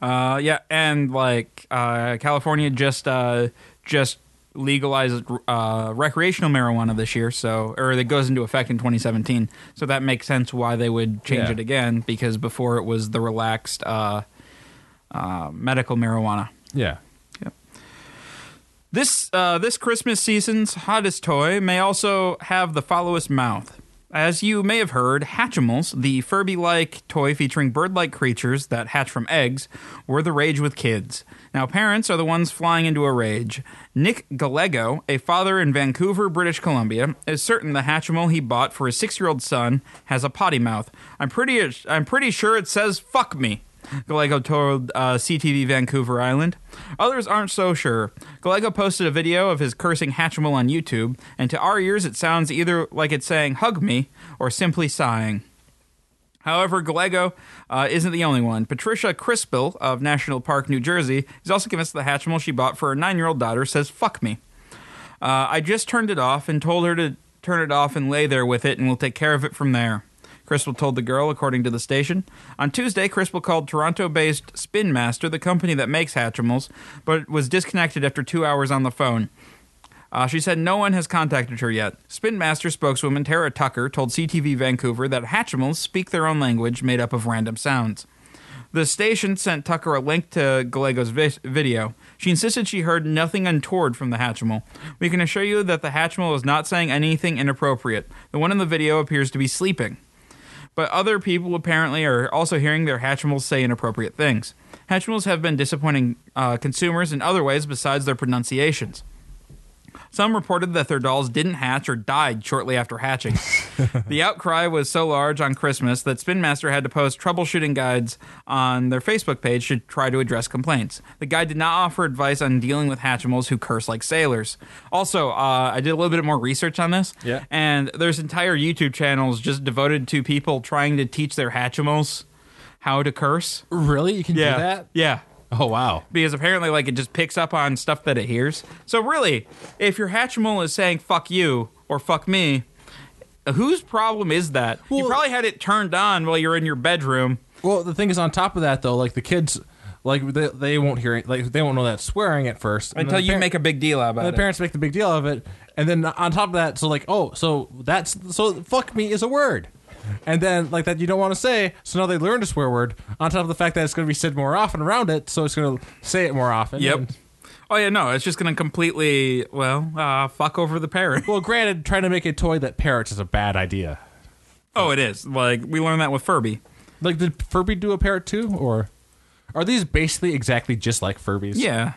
B: Uh, yeah, and like uh, California just uh, just legalized uh, recreational marijuana this year, so or it goes into effect in 2017. So that makes sense why they would change
C: Yeah.
B: it again because before it was the relaxed uh, uh, medical marijuana.
C: Yeah.
B: This uh, this Christmas season's hottest toy may also have the followest mouth. As you may have heard, Hatchimals, the Furby-like toy featuring bird-like creatures that hatch from eggs, were the rage with kids. Now parents are the ones flying into a rage. Nick Gallego, a father in Vancouver, British Columbia, is certain the Hatchimal he bought for his 6-year-old son has a potty mouth. I'm pretty I'm pretty sure it says fuck me. Gallego told uh, CTV Vancouver Island. Others aren't so sure. Gallego posted a video of his cursing Hatchimal on YouTube, and to our ears, it sounds either like it's saying "hug me" or simply sighing. However, Gallego uh, isn't the only one. Patricia Crispell of National Park, New Jersey, is also convinced the Hatchimal she bought for her nine-year-old daughter says "fuck me." Uh, I just turned it off and told her to turn it off and lay there with it, and we'll take care of it from there. Crispell told the girl, according to the station. On Tuesday, Crispell called Toronto based Spin Master, the company that makes Hatchimals, but was disconnected after two hours on the phone. Uh, she said no one has contacted her yet. Spin Master spokeswoman Tara Tucker told CTV Vancouver that Hatchimals speak their own language made up of random sounds. The station sent Tucker a link to Gallego's vi- video. She insisted she heard nothing untoward from the Hatchimal. We can assure you that the Hatchimal is not saying anything inappropriate. The one in the video appears to be sleeping. But other people apparently are also hearing their Hatchimals say inappropriate things. Hatchimals have been disappointing uh, consumers in other ways besides their pronunciations. Some reported that their dolls didn't hatch or died shortly after hatching. the outcry was so large on Christmas that Spin Master had to post troubleshooting guides on their Facebook page to try to address complaints. The guide did not offer advice on dealing with Hatchimals who curse like sailors. Also, uh, I did a little bit more research on this,
C: Yeah.
B: and there's entire YouTube channels just devoted to people trying to teach their Hatchimals how to curse.
C: Really? You can do that?
B: yeah
C: Oh wow.
B: because apparently like it just picks up on stuff that it hears. So really, if your Hatchimal is saying fuck you or fuck me, whose problem is that? you
C: Well-
B: probably had it turned on while you're in your bedroom.
C: Well, the thing is, on top of that, though, like the kids, like they, they won't hear it, like they won't know that swearing at first and
B: Until
C: then the
B: you
C: par-
B: make a big deal
C: and
B: about
C: the
B: it.
C: parents make the big deal of it, and then on top of that, so like, oh, so that's so fuck me is a word, and then like that you don't want to say, so now they learned a swear word. On top of the fact that it's going to be said more often around it, so it's going to say it more often.
B: Yep.
C: and-
B: Oh yeah, no, it's just gonna completely well uh, fuck over the parent. [laughs]
C: well, granted, trying to make a toy that parrots is a bad idea.
B: oh, it is. Like we learned that with Furby.
C: Like, did Furby do a parrot too, or are these basically exactly just like Furbies?
B: Yeah.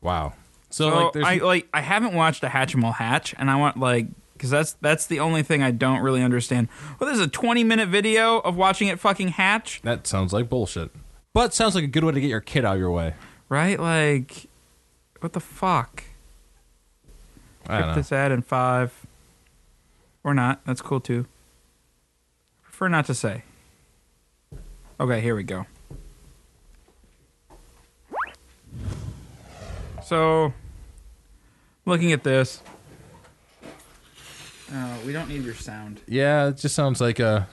C: Wow. So,
B: So
C: like, there's
B: I like I haven't watched a Hatchimal hatch, and I want like because that's that's the only thing I don't really understand. Well, there's a 20 minute video of watching it fucking hatch.
C: That sounds like bullshit. But sounds like a good way to get your kid out of your way.
B: Right? Like, what the fuck?
C: I don't know.
B: this ad in five. Or not. That's cool too. Prefer not to say. Okay, here we go. So, looking at this. Uh, we don't need your sound.
C: Yeah, it just sounds like a.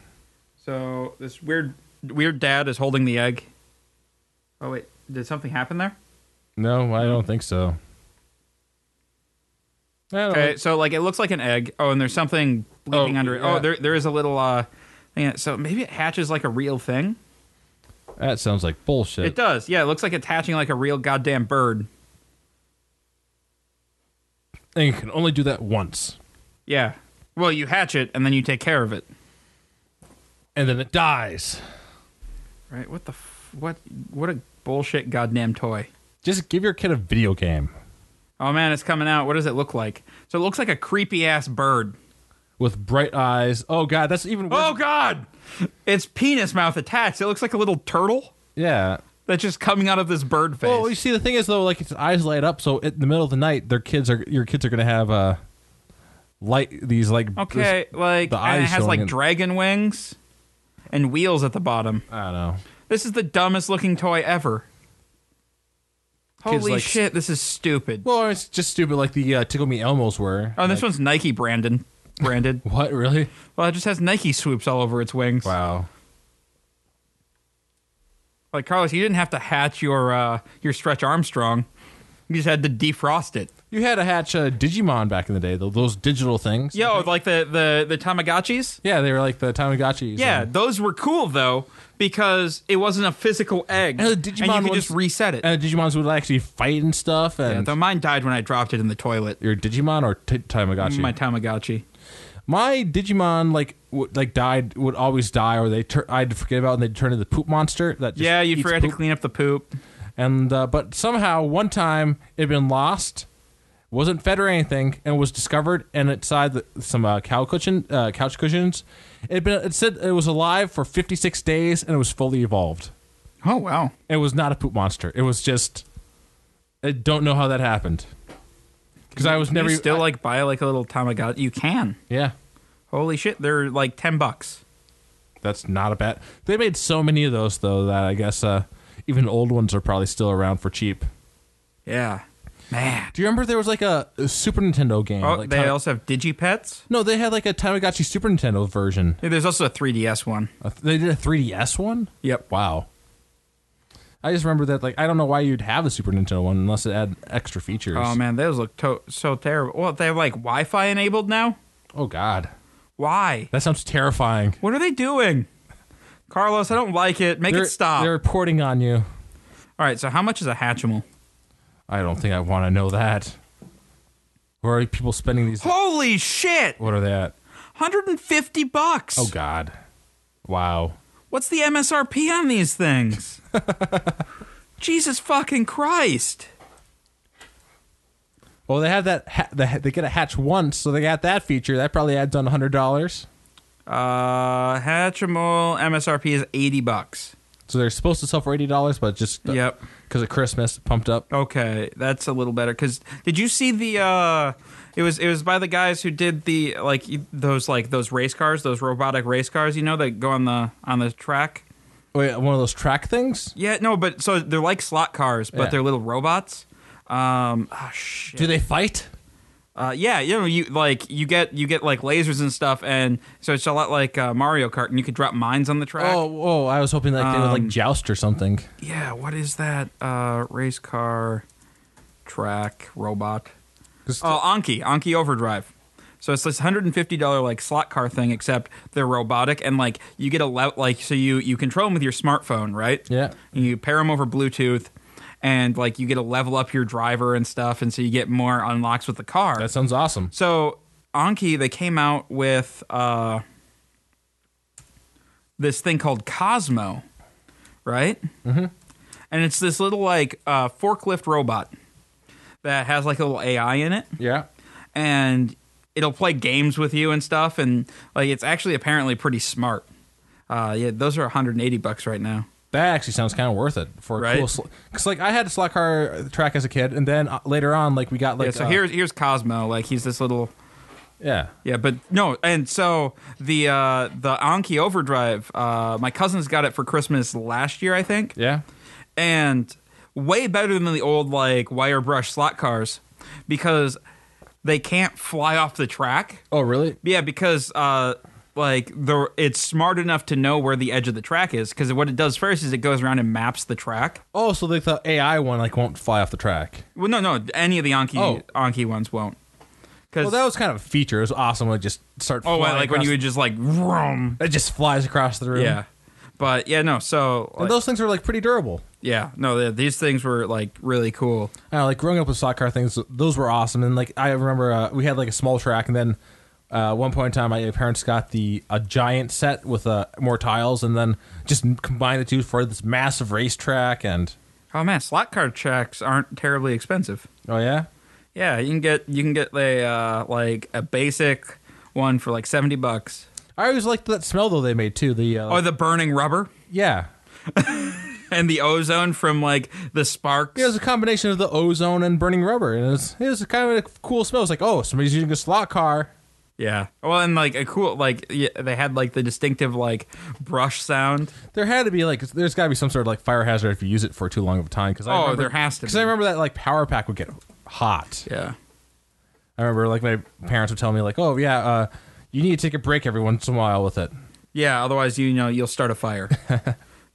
B: So this weird, weird dad is holding the egg. Oh wait, did something happen there?
C: No, I don't think so. I don't
B: Okay, Uh, so like it looks like an egg. Oh, and there's something bleeding
C: Oh,
B: under it.
C: yeah.
B: Oh, there there is a little uh thing. So maybe it hatches like a real thing.
C: That sounds like bullshit.
B: It does. Yeah, it looks like it's hatching like a real goddamn bird.
C: and you can only do that once.
B: Yeah. Well, you hatch it and then you take care of it.
C: And then it dies.
B: Right? What the f- what what a bullshit goddamn toy.
C: Just give your kid a video game
B: Oh man, it's coming out. What does it look like? So it looks like a creepy ass bird.
C: with bright eyes. Oh, God, that's even worse.
B: Oh god. It's penis mouth attached. It looks like a little turtle.
C: Yeah.
B: that's just coming out of this bird face.
C: Well, you see, the thing is though, like its eyes light up, so in the middle of the night, their kids are your kids are gonna have uh, light these like this-
B: okay, like
C: the
B: and it
C: eyes
B: has like
C: showing it.
B: dragon wings and wheels at the bottom.
C: I don't know.
B: This is the dumbest looking toy ever.
C: Kids
B: Holy
C: like-
B: shit, this is stupid.
C: Well, it's just stupid, like the uh, Tickle Me Elmos were.
B: oh, this one's Nike branded.
C: [laughs]
B: Branded.
C: What really?
B: well, it just has Nike swoops all over its wings.
C: Wow.
B: Like Carlos, you didn't have to hatch your uh, your Stretch Armstrong. You just had to defrost it.
C: You had to hatch uh, Digimon back in the day, though those digital things.
B: Yo, like the the the Tamagotchis.
C: Yeah, they were like the Tamagotchis.
B: Yeah,
C: and,
B: those were cool though because it wasn't a physical egg,
C: And the Uh, Digimon Uh,
B: you could
C: ones-
B: just reset it.
C: and the Digimons would actually fight and stuff.
B: yeah,
C: And
B: though mine died when I dropped it in the toilet.
C: your Digimon or t- Tamagotchi?
B: My Tamagotchi.
C: My Digimon like w- like died would always die, or they tur- I'd forget about, it and they'd turn into the poop monster. That just
B: yeah, you
C: eats
B: forgot
C: poop.
B: to clean up the poop.
C: And uh, but somehow one time it had been lost, wasn't fed or anything, and was discovered and inside the, some uh, cow cushion uh, couch cushions. It had been it said it was alive for 56 days and it was fully evolved.
B: Oh wow.
C: It was not a poop monster. It was just I don't know how that happened. Because I was
B: Can
C: never
B: you still
C: I-
B: like buy like a little Tamagotchi. You can.
C: yeah.
B: Holy shit, they're like ten bucks.
C: That's not a bad. They made so many of those though that I guess uh, even old ones are probably still around for cheap.
B: Yeah, man.
C: Do you remember there was like a, a Super Nintendo game?
B: Oh,
C: like
B: they
C: Tam-
B: also have Digipets.
C: no, they had like a Tamagotchi Super Nintendo version.
B: Yeah, there's also a 3DS one.
C: A th- They did a 3DS one.
B: Yep.
C: Wow. I just remember that. Like, I don't know why you'd have the Super Nintendo one unless it had extra features.
B: Oh man, those look to- so terrible. Well, they're like Wi-Fi enabled now.
C: Oh God,
B: Why?
C: that sounds terrifying.
B: What are they doing? Carlos, I don't like it. Make
C: They're-
B: it stop.
C: They're reporting on you.
B: All right, so how much is a Hatchimal?
C: I don't think I want to know that. Where are people spending these?
B: Holy shit!
C: What are they at?
B: 150 bucks.
C: Oh God. Wow.
B: What's the MSRP on these [laughs] things? Jesus fucking Christ.
C: Well, they have that. Ha- the, they get a hatch once, so they got that feature. That probably adds on hundred dollars.
B: Uh, Hatchimal MSRP is 80 bucks.
C: So they're supposed to sell for eighty dollars, but just
B: Yep.
C: because of Christmas, it pumped up.
B: Okay, that's a little better. Cause did you see the? uh It was it was by the guys who did the like those like those race cars, those robotic race cars. You know that go on the on the track.
C: Wait, one of those track things?
B: Yeah, no, but so they're like slot cars, but
C: Yeah.
B: they're little robots. Um, oh, shit.
C: Do they fight?
B: Uh, yeah, you know, you like you get you get like lasers and stuff, and so it's a lot like uh, Mario Kart, and you could drop mines on the track.
C: Oh, oh! I was hoping like they would like
B: Um,
C: joust or something.
B: Yeah, what is that uh, race car track robot?
C: 'Cause-
B: Oh, Anki, Anki Overdrive. So it's this hundred and fifty dollar like slot car thing, except they're robotic and like you get a lo- like so you you control them with your smartphone, right?
C: Yeah.
B: And you pair them over Bluetooth, and like you get to level up your driver and stuff, and so you get more unlocks with the car.
C: That sounds awesome.
B: So Anki, they came out with uh, this thing called Cosmo, right? Mm-hmm. And it's this little like uh, forklift robot that has like a little AI in it,
C: Yeah.
B: and it'll play games with you and stuff. And like it's actually apparently pretty smart. Uh, yeah, those are 180 bucks right now.
C: That actually sounds kind of worth it for a
B: Right?
C: cool. Because like I had a slot car track as a kid, and then uh, later on, like we got like
B: yeah, so
C: uh,
B: here's here's Cosmo. Like he's this little
C: yeah.
B: Yeah, but no, and so the uh, the Anki Overdrive, uh, my cousins got it for Christmas last year, I think,
C: Yeah.
B: and way better than the old like wire brush slot cars because they can't fly off the track.
C: Oh really?
B: Yeah, because uh, like the it's smart enough to know where the edge of the track is because what it does first is it goes around and maps the track.
C: Oh, so like the AI one like won't fly off the track.
B: Well, no, no, any of the Anki
C: Oh.
B: Anki ones won't. Because
C: Well, that was kind of a feature. It was awesome. It just start.
B: oh,
C: flying
B: like when
C: across-
B: you would just like vroom.
C: it just flies across the room.
B: Yeah. But yeah, no. So
C: and
B: like,
C: those things are like pretty durable.
B: yeah, no. th- These things were like really cool.
C: I don't know, Uh, like growing up with slot car things, those were awesome. And like I remember, uh, we had like a small track, and then uh, one point in time, my parents got the a giant set with uh, more tiles, and then just combined the two for this massive racetrack. And
B: Oh man, slot card tracks aren't terribly expensive.
C: oh yeah,
B: Yeah, you can get you can get a uh, like a basic one for like seventy bucks.
C: I always liked that smell though they made too. The uh,
B: Oh, the burning rubber.
C: yeah,
B: and the ozone from like the sparks.
C: It was a combination of the ozone and burning rubber, and it was, it was kind of a cool smell. It's like, oh, somebody's using a slot car.
B: Yeah. Well, and like a cool like yeah, they had like the distinctive like brush sound.
C: There had to be like, there's got to be some sort of like fire hazard if you use it for too long of a time. Because
B: Oh, there has to
C: Because I
B: be.
C: remember that like power pack would get hot.
B: Yeah.
C: I remember like my parents would tell me like, oh yeah, uh, you need to take a break every once in a while with it.
B: Yeah. Otherwise, you know, you'll start a [laughs] fire.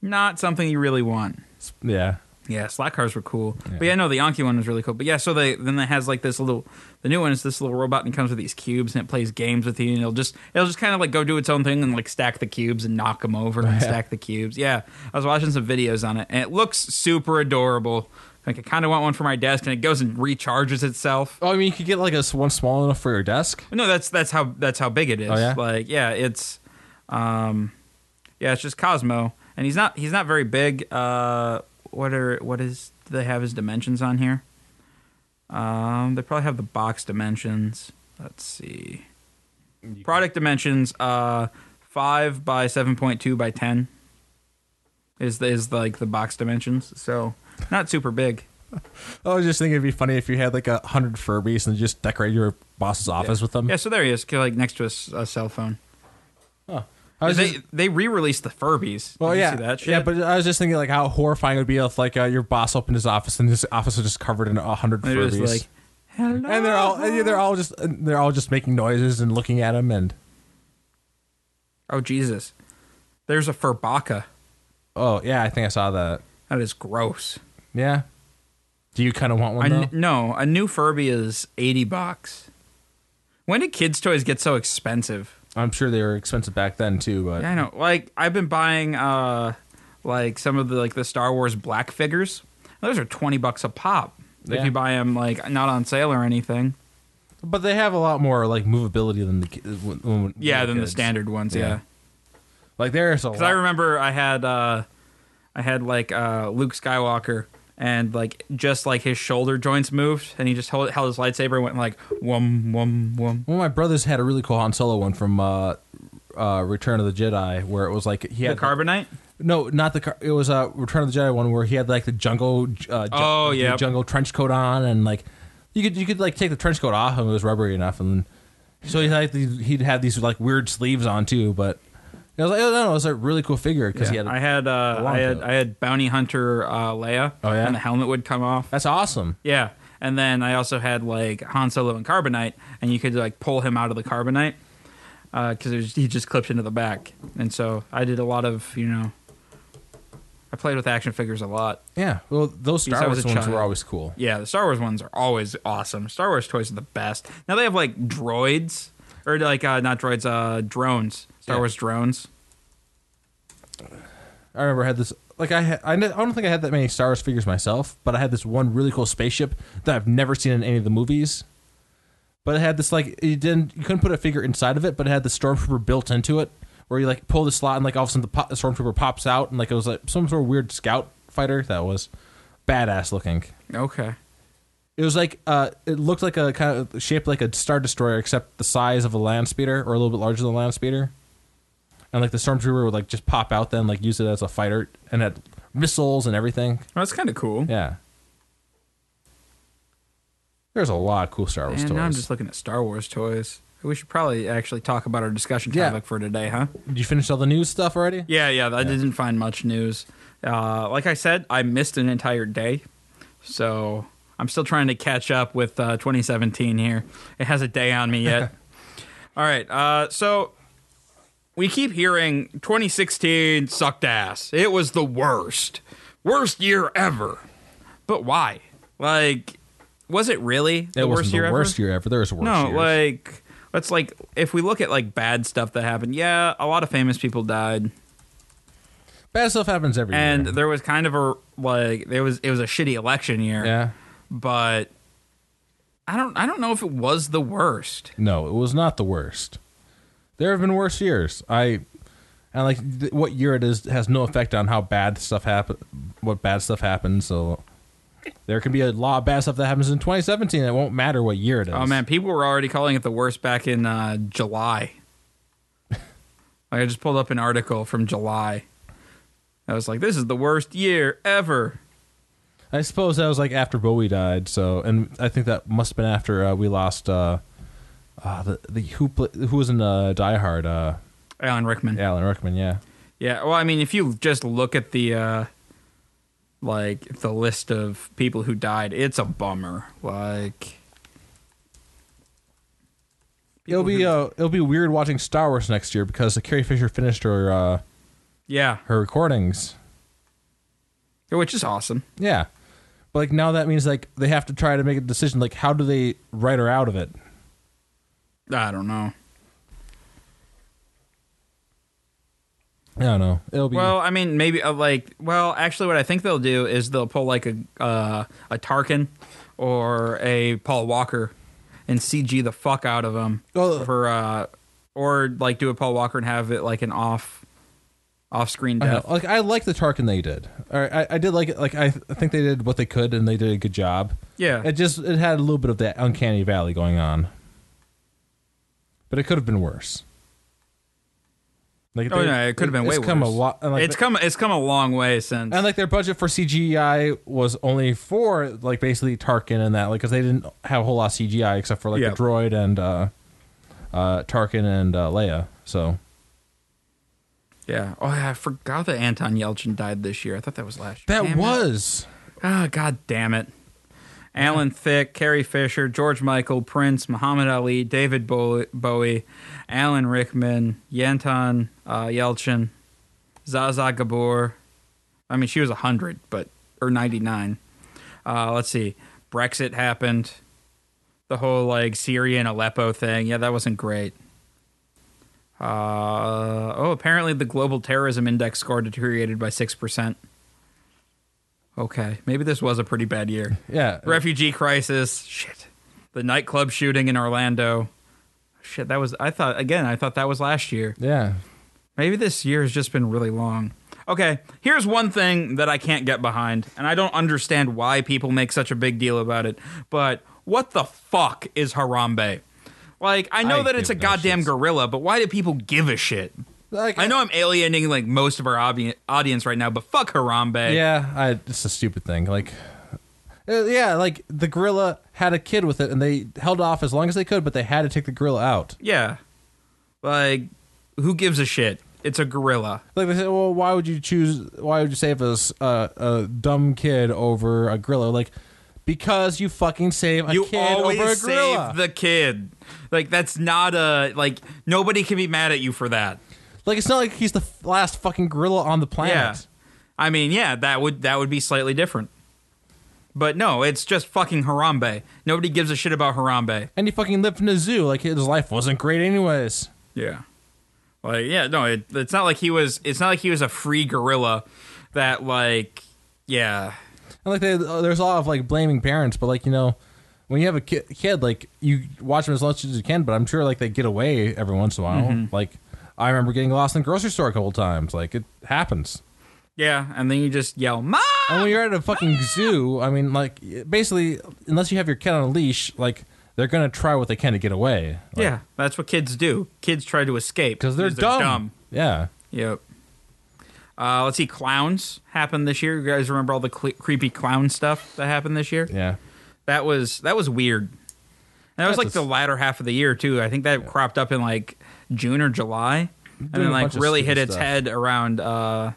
B: Not something you really want.
C: It's- yeah.
B: Yeah, slot cars were cool. But yeah, no, the Anki one was really cool. But yeah, so they then it has like this little the new one is this little robot and it comes with these cubes and it plays games with you and it'll just it'll just kind of like go do its own thing and like stack the cubes and knock them over and stack the cubes. Yeah, I was watching some videos on it and it looks super adorable. Like I kind of want one for my desk and it goes and recharges itself.
C: Oh, I mean, you could get like a s- one small enough for your desk.
B: No, that's that's how that's how big it is.
C: Oh, yeah?
B: Like yeah, it's um yeah, it's just Cosmo and he's not he's not very big. Uh what are what is do they have his dimensions on here? Um they probably have the box dimensions. Let's see. Product dimensions uh 5 by 7.2 by 10 is is like the box dimensions. So not super big.
C: I was just thinking it'd be funny if you had like a hundred Furbies and just decorate your boss's office with them.
B: Yeah, so there he is, like next to a s a a cell phone.
C: I was
B: they
C: just-
B: they re-released the Furbies.
C: well,
B: Did
C: yeah,
B: you see that shit?
C: yeah, but I was just thinking like how horrifying it would be if like uh, your boss opened his office and his office was just covered in a hundred
B: And they're
C: Furbies,
B: just like, "Ah." hello.
C: and they're all and yeah, they're all just and they're all just making noises and looking at him and
B: oh Jesus, there's a furbaka.
C: oh yeah, I think I saw that.
B: That is gross.
C: Yeah, do you kind of want
B: I
C: one though?
B: kn- no, a new Furby is eighty bucks. When did kids' toys get so expensive?
C: I'm sure they were expensive back then too, but
B: Yeah, I know. Like I've been buying uh like some of the like the Star Wars black figures. Those are twenty bucks a pop if
C: Yeah.
B: you buy them like not on sale or anything.
C: but they have a lot more like movability than the ki- when, when
B: Yeah, than the
C: kids.
B: standard ones.
C: Yeah.
B: yeah.
C: Like there's a
B: Because I
C: lot.
B: remember I had uh, I had like uh, Luke Skywalker and like just like his shoulder joints moved and he just held, held his lightsaber and went like wum wum wum.
C: One of my brothers had a really cool Han Solo one from uh, uh, Return of the Jedi, where it was like he had
B: the carbonite.
C: No, not the car. It was uh, Return of the Jedi one where he had like the jungle. Uh, ju-
B: Oh,
C: the
B: yep.
C: jungle trench coat on, and like you could you could like take the trench coat off, and it was rubbery enough, and so he like these- he'd have these like weird sleeves on too. But it was like oh no, it was a really cool figure because he had. a-
B: I had uh,
C: long
B: I had
C: coat.
B: I had bounty hunter uh, Leia.
C: Oh, yeah?
B: and the helmet would come off.
C: that's awesome.
B: Yeah, and then I also had like Han Solo and carbonite, and you could like pull him out of the carbonite because it was he just clipped into the back, and so I did a lot of you know. I played with action figures a lot.
C: Yeah. Well, those
B: Because
C: Star
B: I
C: Wars
B: was a
C: ones
B: child.
C: were always cool.
B: Yeah, the Star Wars ones are always awesome. Star Wars toys are the best. Now they have like droids or like uh, not droids, uh, drones. Star
C: Yeah.
B: Wars drones.
C: I remember I had this. Like I, had, I ne- I don't think I had that many Star Wars figures myself, but I had this one really cool spaceship that I've never seen in any of the movies. But it had this like you didn't you couldn't put a figure inside of it, but it had the stormtrooper built into it, where you like pull the slot and like all of a sudden the, pop, the stormtrooper pops out and like it was like some sort of weird scout fighter that was badass looking.
B: Okay.
C: It was like uh, it looked like a kind of shaped like a star destroyer, except the size of a land speeder or a little bit larger than a land speeder. And like the stormtrooper would like just pop out, then like use it as a fighter, and had missiles and everything.
B: Well, that's kind of cool.
C: Yeah, there's a lot of cool Star Wars
B: and
C: toys.
B: now I'm just looking at Star Wars toys. We should probably actually talk about our discussion
C: Yeah.
B: topic for today, huh?
C: Did you finish all the news stuff already?
B: Yeah, yeah. I didn't find much news. Uh, like I said, I missed an entire day, so I'm still trying to catch up with uh, 2017 here. It has a day on me yet.
C: [laughs]
B: All right. Uh, so we keep hearing 2016 sucked ass. It was the worst, worst year ever. But why? Like, was it really the
C: it
B: worst
C: wasn't the
B: year ever?
C: worst year ever. There was worse.
B: No,
C: years.
B: like let's like if we look at like bad stuff that happened. Yeah, a lot of famous people died,
C: bad stuff happens every
B: and
C: year.
B: there was kind of a like there was it was a shitty election year.
C: yeah,
B: but I don't I don't know if it was the worst.
C: no, it was not the worst. There have been worse years. I and like th- what year it is has no effect on how bad stuff happen, what bad stuff happens. So there can be a lot of bad stuff that happens in 2017. It won't matter what year it is.
B: Oh man, people were already calling it the worst back in uh,
C: [laughs]
B: July. like I just pulled up an article from July. I was like, this is the worst year ever.
C: I suppose that was like after Bowie died. So, and I think that must have been after uh, we lost uh, uh, the the who pla who was in uh, Die Hard, uh,
B: Alan Rickman.
C: Alan Rickman. Yeah,
B: Yeah, well, I mean, if you just look at the uh like the list of people who died, it's a bummer. Like
C: it'll be uh, it'll be weird watching Star Wars next year because Carrie Fisher finished her uh,
B: yeah,
C: her recordings.
B: which is awesome.
C: Yeah, but like now that means like they have to try to make a decision. Like, how do they write her out of it?
B: I don't know.
C: I don't know. It'll be
B: Well, I mean, maybe uh, like well, actually what I think they'll do is they'll pull like a uh a Tarkin or a Paul Walker and CG the fuck out of them
C: Oh.
B: for uh or like do a Paul Walker and have it like an off off-screen
C: I know.
B: death.
C: Like I like the Tarkin they did. All right, I, I did like it. Like I, th- I think they did what they could and they did a good job.
B: Yeah.
C: It just it had a little bit of that uncanny valley going on, but it could have been worse. Like
B: Oh, no, it could have been
C: it's
B: way
C: come
B: worse.
C: A lot, and like Uh,
B: it's come it's come a long way since
C: and like their budget for CGI was only for like basically Tarkin and that like because they didn't have a whole lot of CGI except for like
B: Yeah.
C: the droid and uh, uh, Tarkin and uh, Leia. So
B: Yeah. Oh, yeah, I forgot that Anton Yelchin died this year. I thought that was last year.
C: that
B: Damn it.
C: was.
B: Ah, god damn it. Alan Thicke, Carrie Fisher, George Michael, Prince, Muhammad Ali, David Bowie, Bowie Alan Rickman, Yanton uh, Yelchin, Zaza Gabor. I mean, she was 100, but, or 99. Uh, let's see. Brexit happened. The whole, like, Syria and Aleppo thing. Yeah, that wasn't great. Uh, oh, apparently the global terrorism index score deteriorated by 6%. Okay, maybe this was a pretty bad year.
C: [laughs] Yeah,
B: Refugee crisis. Shit. The nightclub shooting in Orlando. Shit, that was, I thought, again, I thought that was last year.
C: yeah.
B: Maybe this year has just been really long. Okay, here's one thing that I can't get behind, and I don't understand why people make such a big deal about it, but what the fuck is Harambe? Like, I know
C: I
B: that it's a
C: give no
B: goddamn
C: shits.
B: gorilla, but why do people give a shit?
C: Like,
B: I know I'm alienating like most of our obvi- audience right now, but fuck Harambe.
C: Yeah, I, it's a stupid thing. Like, uh, yeah, like the gorilla had a kid with it, and they held off as long as they could, but they had to take the gorilla out.
B: Yeah. Like, who gives a shit? It's a gorilla.
C: Like they said, well, why would you choose? Why would you save a, s- uh, a dumb kid over a gorilla? Like, because you fucking save a
B: You
C: kid
B: always
C: over a gorilla.
B: save the kid. Like, that's not a, like, nobody can be mad at you for that.
C: like, it's not like he's the f- last fucking gorilla on the
B: Yeah.
C: planet.
B: I mean, yeah, that would that would be slightly different. But no, it's just fucking Harambe. Nobody gives a shit about Harambe.
C: And he fucking lived in a zoo. Like his life wasn't great, anyways.
B: Yeah. Like yeah, no, it, it's not like he was it's not like he was a free gorilla that like yeah.
C: And like they, uh, there's a lot of like blaming parents, but like you know, when you have a ki- kid, like you watch them as much as you can. But I'm sure like they get away every once in a while.
B: Mm-hmm.
C: Like I remember getting lost in the grocery store a couple times. Like it happens.
B: Yeah, and then you just yell, "Ma!"
C: And when you're at a fucking zoo, I mean, like basically, unless you have your kid on a leash, like they're gonna try what they can to get away. Like,
B: yeah, that's what kids do. Kids try to escape
C: because they're, dumb. Yeah.
B: Yep. Uh, let's see. Clowns happened this year. You guys remember all the cl- creepy clown stuff that happened this year?
C: Yeah.
B: That was that was weird. And that was
C: That's
B: like
C: a
B: the
C: s-
B: latter half of the year too. I think that cropped up in like June or July, and
C: Doing a
B: then like
C: bunch of
B: really
C: stupid
B: hit its
C: stuff.
B: head around uh,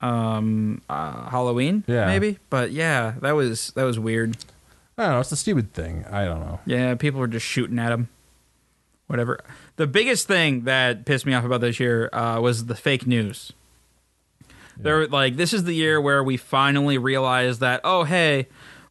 B: um, uh, Halloween.
C: Yeah.
B: maybe. But yeah, that was that was weird.
C: I don't know. It's a stupid thing. I don't know.
B: Yeah, people were just shooting at him. Whatever. The biggest thing that pissed me off about this year uh, was the fake news. There, like, this is the year where we finally realized that, oh, hey,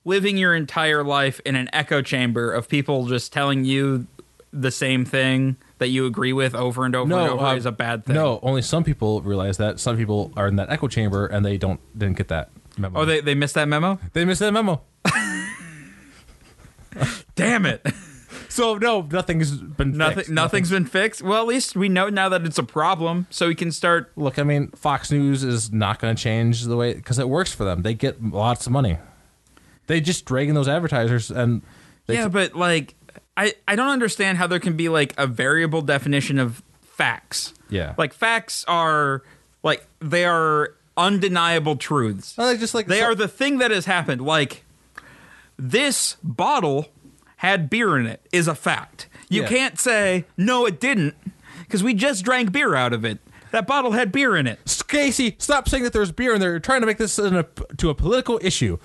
B: living your entire life in an echo chamber of people just telling you the same thing that you agree with over and over and over
C: uh,
B: is a bad thing.
C: No, only some people realize that. Some people are in that echo chamber and they don't didn't get that memo.
B: Oh, they, they missed that memo?
C: they missed that memo. [laughs]
B: Damn it.
C: So no, nothing's been
B: Nothing,
C: fixed.
B: nothing's been fixed. Well, at least we know now that it's a problem, so we can start
C: Look, I mean, Fox News is not going to change the way because it works for them. They get lots of money. They just drag in those advertisers, and they
B: yeah, but like, I I don't understand how there can be like a variable definition of facts.
C: Yeah.
B: like facts are like they are undeniable truths.
C: I like just like
B: They
C: Uh, so-
B: are the thing that has happened. Like this bottle had beer in it is a fact. You
C: Yeah.
B: can't say no, it didn't, because we just drank beer out of it. That bottle had beer in it.
C: Casey, stop saying that there's beer in there. You're trying to make this an, a, to a political issue.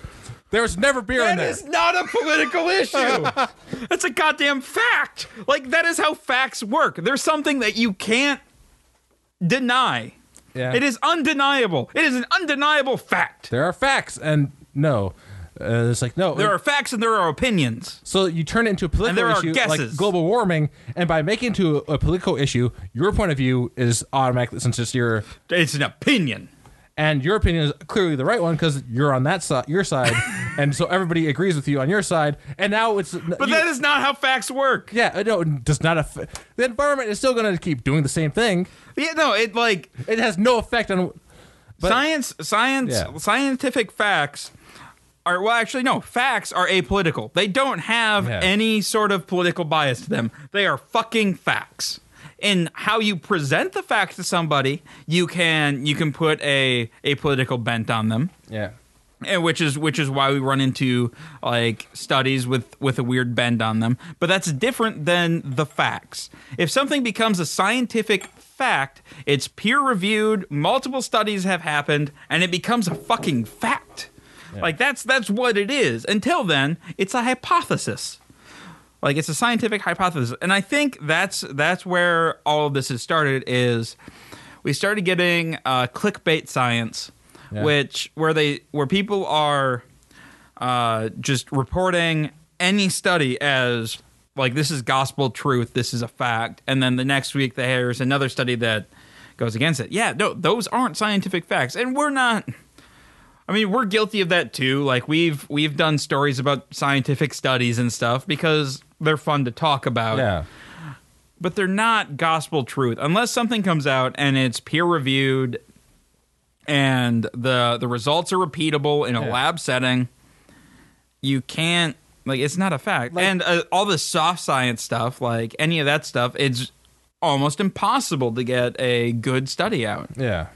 C: There was never beer in there.
B: not a political issue. [laughs] That's a goddamn fact. Like that is how facts work. There's something that you can't deny.
C: Yeah.
B: It is undeniable. It is an undeniable fact.
C: there are facts, and no, uh, it's like no.
B: There are facts and there are opinions.
C: so you turn it into a political
B: there are
C: issue, like
B: guesses.
C: global warming, and by making it to a, a political issue, your point of view is automatically since it's your
B: It's an opinion.
C: and your opinion is clearly the right one because you're on that side, your
B: [laughs]
C: side, and so everybody agrees with you on your side, and now it's
B: But that is not how facts work.
C: yeah, uh, no, it does not affect the environment is still going to keep doing the same thing.
B: Yeah, no, it like
C: It has no effect on
B: science, science,
C: Yeah.
B: scientific facts are well, actually, no, facts are apolitical. They don't have
C: Yeah.
B: any sort of political bias to them. They are fucking facts. In how you present the facts to somebody, you can you can put a a political bent on them.
C: yeah.
B: and Eh, which is which is why we run into like studies with with a weird bend on them but that's different than the facts if something becomes a scientific fact it's peer reviewed multiple studies have happened and it becomes a fucking fact like that's that's what it is until then it's a hypothesis like it's a scientific hypothesis and i think that's that's where all of this has started is we started getting uh, clickbait science which where they where people are uh, just reporting any study as like this is gospel truth this is a fact and then the next week there's another study that goes against it yeah no those aren't scientific facts and we're not I mean, we're guilty of that too. Like we've we've done stories about scientific studies and stuff because they're fun to talk about.
C: Yeah.
B: But they're not gospel truth unless something comes out and it's peer reviewed and the the results are repeatable in a lab setting. You can't like it's not a fact. and uh, all the soft science stuff, like any of that stuff, it's almost impossible to get a good study out.
C: Yeah,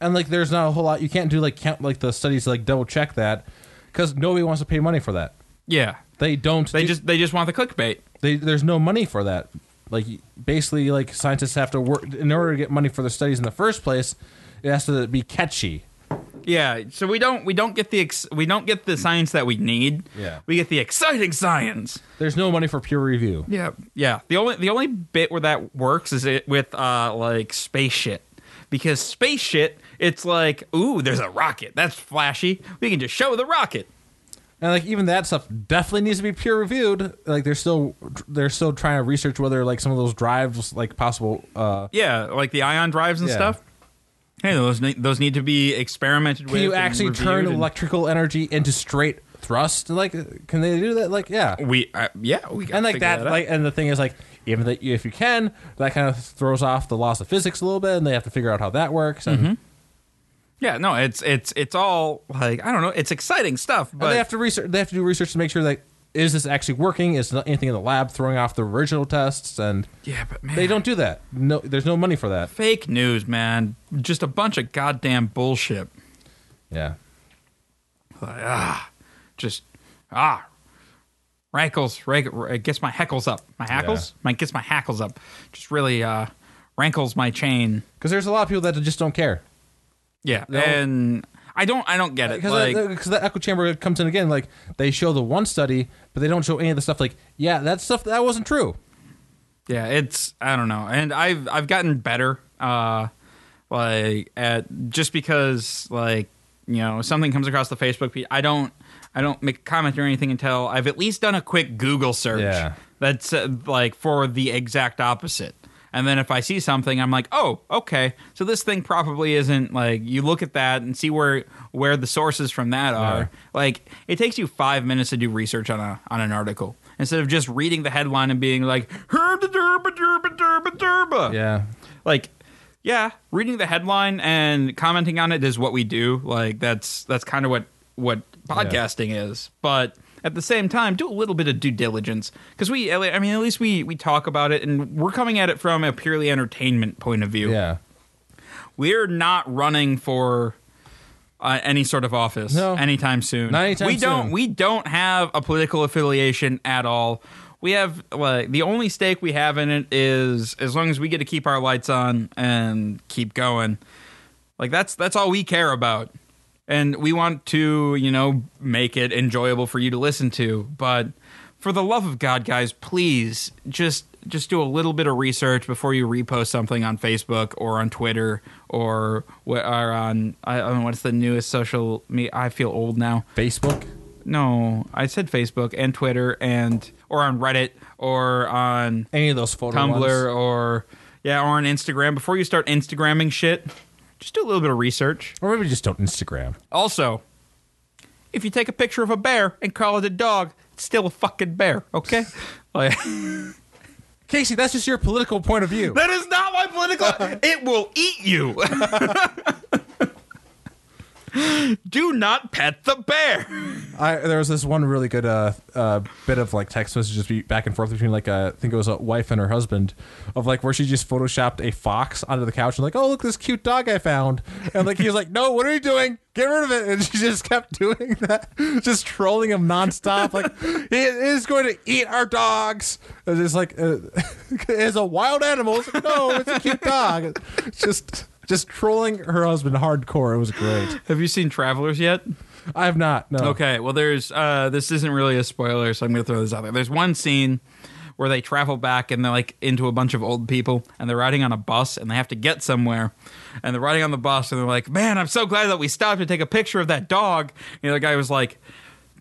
C: and like, there's not a whole lot you can't do. Like, count like the studies to, like double check that because nobody wants to pay money for that.
B: Yeah.
C: They don't.
B: They
C: do-
B: just they just want the clickbait.
C: they, there's no money for that. Like, basically, like scientists have to work in order to get money for their studies in the first place. It has to be catchy.
B: Yeah, so we don't we don't get the ex- we don't get the science that we need.
C: Yeah.
B: we get the exciting science.
C: There's no money for peer review.
B: Yeah, yeah. The only the only bit where that works is it with uh like space shit because space shit it's like ooh there's a rocket that's flashy we can just show the rocket.
C: And like even that stuff definitely needs to be peer reviewed. Like they're still they're still trying to research whether like some of those drives like possible uh
B: Yeah, like the ion drives and
C: Yeah.
B: stuff. Hey, those ne- those need to be experimented
C: can
B: with.
C: you
B: and
C: actually
B: reviewed
C: turn
B: and-
C: electrical energy into straight thrust? Like can they do that? Like yeah.
B: We uh, yeah we gotta
C: and like
B: figure
C: that,
B: out.
C: like and the thing is like even that if you can that kind of throws off the laws of physics a little bit and they have to figure out how that works
B: Mm-hmm.
C: and, and
B: yeah no it's it's it's all like I don't know it's exciting stuff but
C: they have to research they have to do research to make sure that is this actually working is not anything in the lab throwing off the original tests and
B: yeah but man
C: they don't do that no there's no money for that
B: fake news, man. Just a bunch of goddamn bullshit.
C: yeah
B: Like, ah, just ah, rankles. Rank, it gets my heckles up. My hackles. My gets my hackles up. Just really uh, rankles my chain.
C: because there's a lot of people that just don't care
B: Yeah, and I don't. I don't get it.
C: because
B: Like,
C: that, Uh, 'cause that echo chamber comes in again like they show the one study but they don't show any of the stuff like yeah that stuff that wasn't true
B: yeah, it's I don't know. And I've I've gotten better. Uh, like at just because like you know something comes across the Facebook feed, I don't. I don't make a comment or anything until I've at least done a quick Google search.
C: Yeah.
B: that's uh, like for the exact opposite. And then if I see something, I'm like, oh, okay. So this thing probably isn't like you look at that and see where where the sources from that are. Like it takes you five minutes to do research on a on an article instead of just reading the headline and being like herba derba derba derba derba.
C: yeah
B: Like, yeah, reading the headline and commenting on it is what we do. Like that's that's kind of what what podcasting is. But at the same time, do a little bit of due diligence because we, I mean, at least we we talk about it and we're coming at it from a purely entertainment point of view.
C: yeah
B: We're not running for uh, any sort of office
C: No.
B: anytime soon.
C: Not anytime
B: we don't.
C: soon.
B: We don't have a political affiliation at all. We have like the only stake we have in it is as long as we get to keep our lights on and keep going. Like that's that's all we care about. And we want to, you know, make it enjoyable for you to listen to, but for the love of God, guys, please just just do a little bit of research before you repost something on Facebook or on Twitter or, wh- or on I, I mean, what's the newest social me I feel old now.
C: Facebook.
B: No, I said Facebook and Twitter and or on Reddit or on
C: Any of those photo
B: Tumblr
C: ones.
B: or yeah, or on Instagram. Before you start Instagramming shit, just do a little bit of research.
C: Or maybe just don't Instagram.
B: Also, if you take a picture of a bear and call it a dog, it's still a fucking bear, [laughs] okay? Like-
C: Casey, that's just your political point of view.
B: that is not my [laughs] political. it will eat you. [laughs] Do not pet the [laughs] bear.
C: I, there was this one really good uh, uh, bit of like text messages be- back and forth between like uh, I think it was a wife and her husband of like where she just photoshopped a fox onto the couch and like oh look this cute dog I found and like he was like no what are you doing get rid of it and she just kept doing that just trolling him nonstop like he is going to eat our dogs it's just like uh, [laughs] it's a wild animal it's like, no it's a cute dog just just trolling her husband hardcore it was great
B: Have you seen Travelers yet?
C: I have not no
B: Okay, well, there's uh, this isn't really a spoiler, so I'm gonna throw this out there. There's one scene where they travel back and they're like into a bunch of old people and they're riding on a bus and they have to get somewhere and they're riding on the bus and they're like, "Man, I'm so glad that we stopped to take a picture of that dog." And the other guy was like,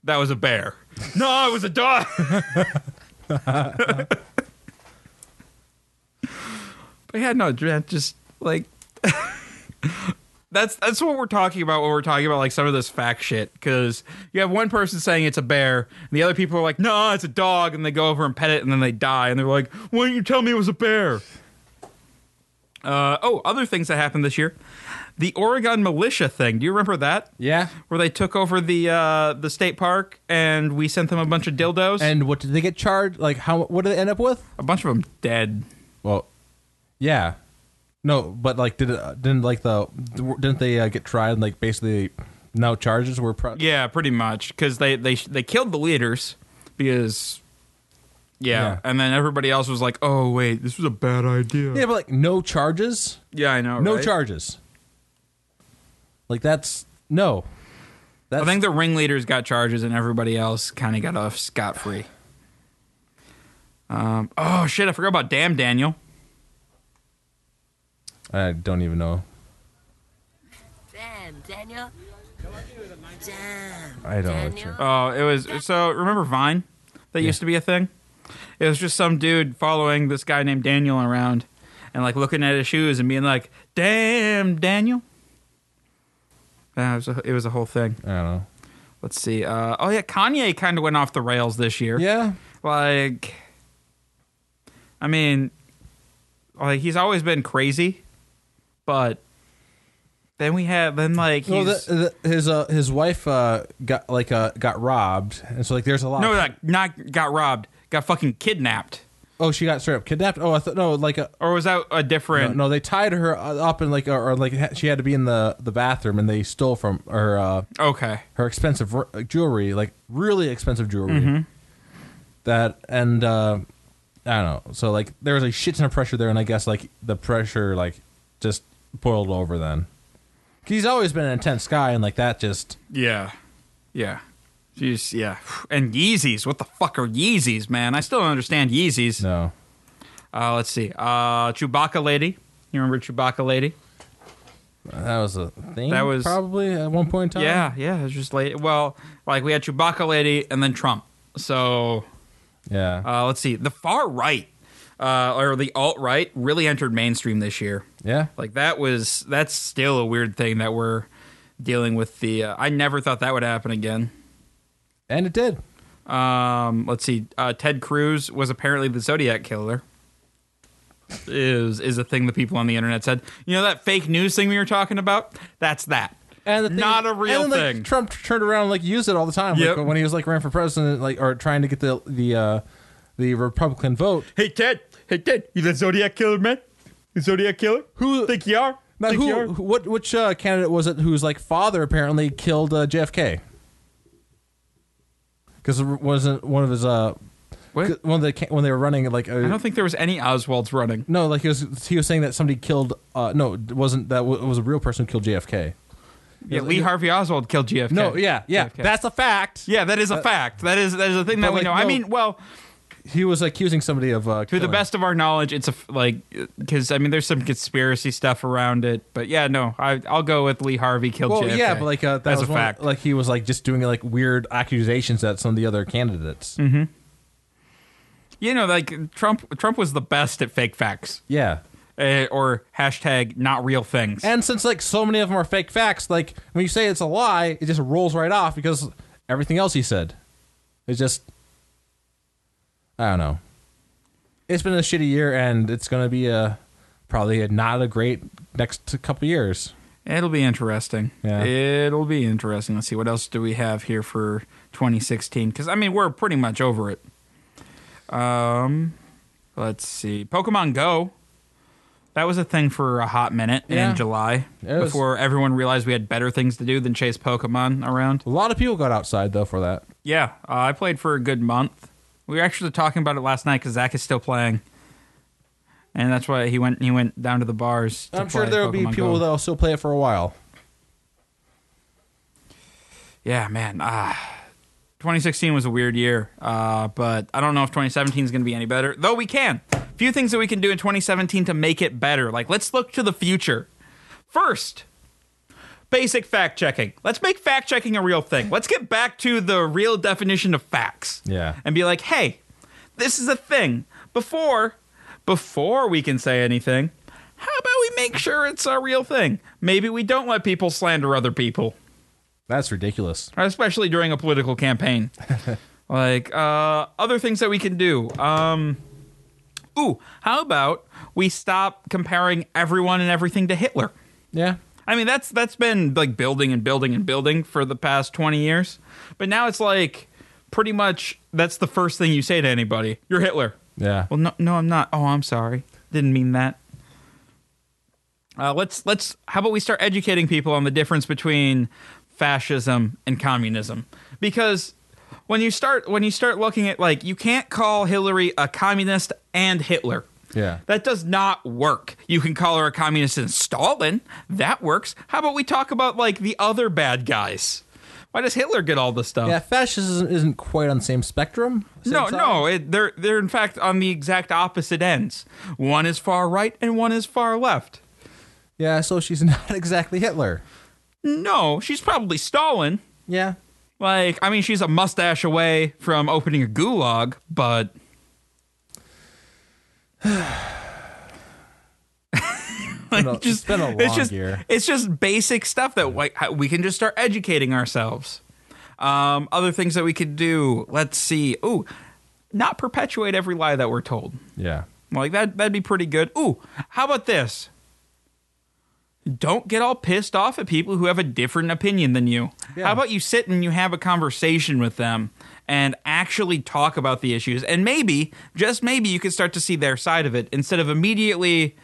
B: "That was a bear." [laughs] no, it was a dog. [laughs] but yeah, no, Dr- just like that's that's what we're talking about when we're talking about like some of this fact shit because you have one person saying it's a bear and the other people are like no it's a dog and they go over and pet it and then they die and they're like why didn't you tell me it was a bear uh, oh other things that happened this year the oregon militia thing do you remember that
C: yeah
B: where they took over the uh, the state park and we sent them a bunch of dildos
C: And what did they get charged? Like how? What did they end up with?
B: a bunch of them dead
C: Well, yeah, no, but like, did it, didn't like the didn't they uh, get tried? And, like basically, now charges were pro-
B: Yeah, pretty much because they they they killed the leaders because yeah,
C: Yeah.
B: and then everybody else was like, "Oh wait, this was a bad idea."
C: yeah, but like no charges,
B: Yeah, I know.
C: no
B: right?
C: charges. Like that's no. That's,
B: I think the ringleaders got charges and everybody else kind of got off scot free. Um, oh shit, I forgot about damn Daniel.
C: I don't even know.
E: Damn, Daniel. Damn.
C: I don't know what
E: Daniel.
C: you're-
B: Oh, it was so. Remember Vine? That used to be a thing. It was just some dude following this guy named Daniel around, and like looking at his shoes and being like, "Damn, Daniel." Uh, it, was a, it was a whole thing.
C: I don't know.
B: Let's see. Uh, oh yeah, Kanye kind of went off the rails this year.
C: Yeah,
B: Like, I mean, like he's always been crazy, but then we have then like he's,
C: well, the, the, his uh, his wife uh, got like uh, got robbed, and so like there's a lot.
B: no, like not got robbed, got fucking kidnapped.
C: oh, she got straight up kidnapped. Oh, I thought no, like a,
B: Or was that a different?
C: No, no, they tied her up in like, or, or like ha- she had to be in the the bathroom, and they stole from her uh,
B: Okay.
C: her expensive r- jewelry, like really expensive jewelry.
B: Mm-hmm.
C: That and uh, I don't know. So like, there was a shit ton of pressure there, and I guess like the pressure like just boiled over then. 'Cause He's always been an intense guy, and like that just
B: Yeah. Yeah. Jeez, yeah. And Yeezys. What the fuck are Yeezys, man? I still don't understand Yeezys.
C: no.
B: Uh, let's see. Uh, Chewbacca Lady. You remember Chewbacca Lady?
C: That was a thing.
B: That was-
C: probably at one point in time.
B: Yeah, yeah. It was just late. Well, like we had Chewbacca Lady and then Trump. So
C: yeah,
B: uh, let's see. The far right uh, or the alt right really entered mainstream this year.
C: yeah.
B: Like that was that's still a weird thing that we're dealing with. The uh, I never thought that would happen again.
C: And it did.
B: Um, let's see. Uh, Ted Cruz was apparently the Zodiac killer. Is is a thing that people on the internet said. You know that fake news thing we were talking about? That's that.
C: And the thing,
B: Not a real
C: and then, like,
B: thing.
C: Trump turned around and like used it all the time.
B: Yep.
C: Like when he was like ran for president, like or trying to get the the uh, the Republican vote.
B: Hey Ted, hey Ted, you the Zodiac killer, man? You Zodiac killer? Who think you are?
C: Now, who,
F: you're-
C: who- what, which uh, candidate was it whose like father apparently killed uh, JFK? Because it wasn't one of his uh,
B: What?
C: 'cause one of the ca- when they were running like
B: I
C: uh
B: don't think there was any Oswalds running.
C: no, like he was he was saying that somebody killed. Uh, no, it wasn't that w- it was a real person who killed JFK?
B: Yeah, Lee Harvey Oswald killed JFK.
C: No, yeah, yeah,
B: JFK.
C: that's a fact.
B: yeah, that is a fact. That is that is a thing that we
C: like,
B: know. I
C: no-
B: mean, well,
C: He was accusing somebody of uh,
B: to the best of our knowledge, it's a f- like because I mean, there's some conspiracy stuff around it, but yeah, no, I I'll go with Lee Harvey killed
C: Well,
B: JFK.
C: yeah, but like uh, that
B: that's
C: was
B: a
C: one-
B: fact.
C: Like he was like just doing like weird accusations at some of the other candidates.
B: Mm-hmm. you know, like Trump Trump was the best at fake facts
C: Yeah,
B: uh, or hashtag not real things.
C: and since like so many of them are fake facts, like when you say it's a lie, it just rolls right off because everything else he said, it's just I don't know. It's been a shitty year, and it's gonna be a probably a, not a great next couple years.
B: It'll be interesting.
C: Yeah.
B: It'll be interesting. Let's see what else do we have here for 2016 because I mean we're pretty much over it. Um, let's see. Pokemon Go. That was a thing for a hot minute
C: Yeah.
B: in July
C: It was-
B: before everyone realized we had better things to do than chase Pokemon around.
C: A lot of people got outside though for that.
B: Yeah, uh, I played for a good month. We were actually talking about it last night because Zach is still playing, and that's why he went. He went down to the bars. to
C: I'm sure
B: play
C: there will be
B: Pokemon
C: people
B: Go.
C: that will still play it for a while.
B: Yeah, man. Ah, 2016 was a weird year, uh, but I don't know if 2017 is going to be any better. Though we can. Few things that we can do in 2017 to make it better. Like, let's look to the future. First, basic fact checking. Let's make fact checking a real thing. Let's get back to the real definition of facts.
C: Yeah.
B: And be like, hey, this is a thing. Before, before we can say anything, how about we make sure it's a real thing? Maybe we don't let people slander other people
C: That's ridiculous.
B: especially during a political campaign. like uh, other things that we can do. Um, ooh, how about we stop comparing everyone and everything to Hitler?
C: Yeah.
B: I mean, that's that's been like building and building and building for the past twenty years, but now it's like pretty much that's the first thing you say to anybody. You're Hitler.
C: Yeah.
B: Well, no, no, I'm not. Oh, I'm sorry. Didn't mean that. Uh, let's let's. How about we start educating people on the difference between fascism and communism? Because when you start when you start looking at like you can't call Hillary a communist and Hitler.
C: Yeah.
B: That does not work. You can call her a communist and Stalin. That works. How about we talk about like the other bad guys? Why does Hitler get all the stuff?
C: Yeah, fascism isn't quite on the same spectrum. same
B: Oh. No,
C: side.
B: no, it, they're they're in fact on the exact opposite ends. One is far right and one is far left.
C: Yeah, so she's [laughs] not exactly Hitler.
B: No, she's probably Stalin.
C: Yeah.
B: Like, I mean, she's a mustache away from opening a gulag, but
C: It's been a- it's been a long
B: it's just
C: year.
B: it's just basic stuff that like how- we can just start educating ourselves. Um, other things that we could do. Let's see. Ooh, not perpetuate every lie that we're told.
C: Yeah.
B: Like that that'd be pretty good. Ooh, how about this? Don't get all pissed off at people who have a different opinion than you. How about you sit and you have a conversation with them and actually talk about the issues and maybe just maybe you could start to see their side of it instead of immediately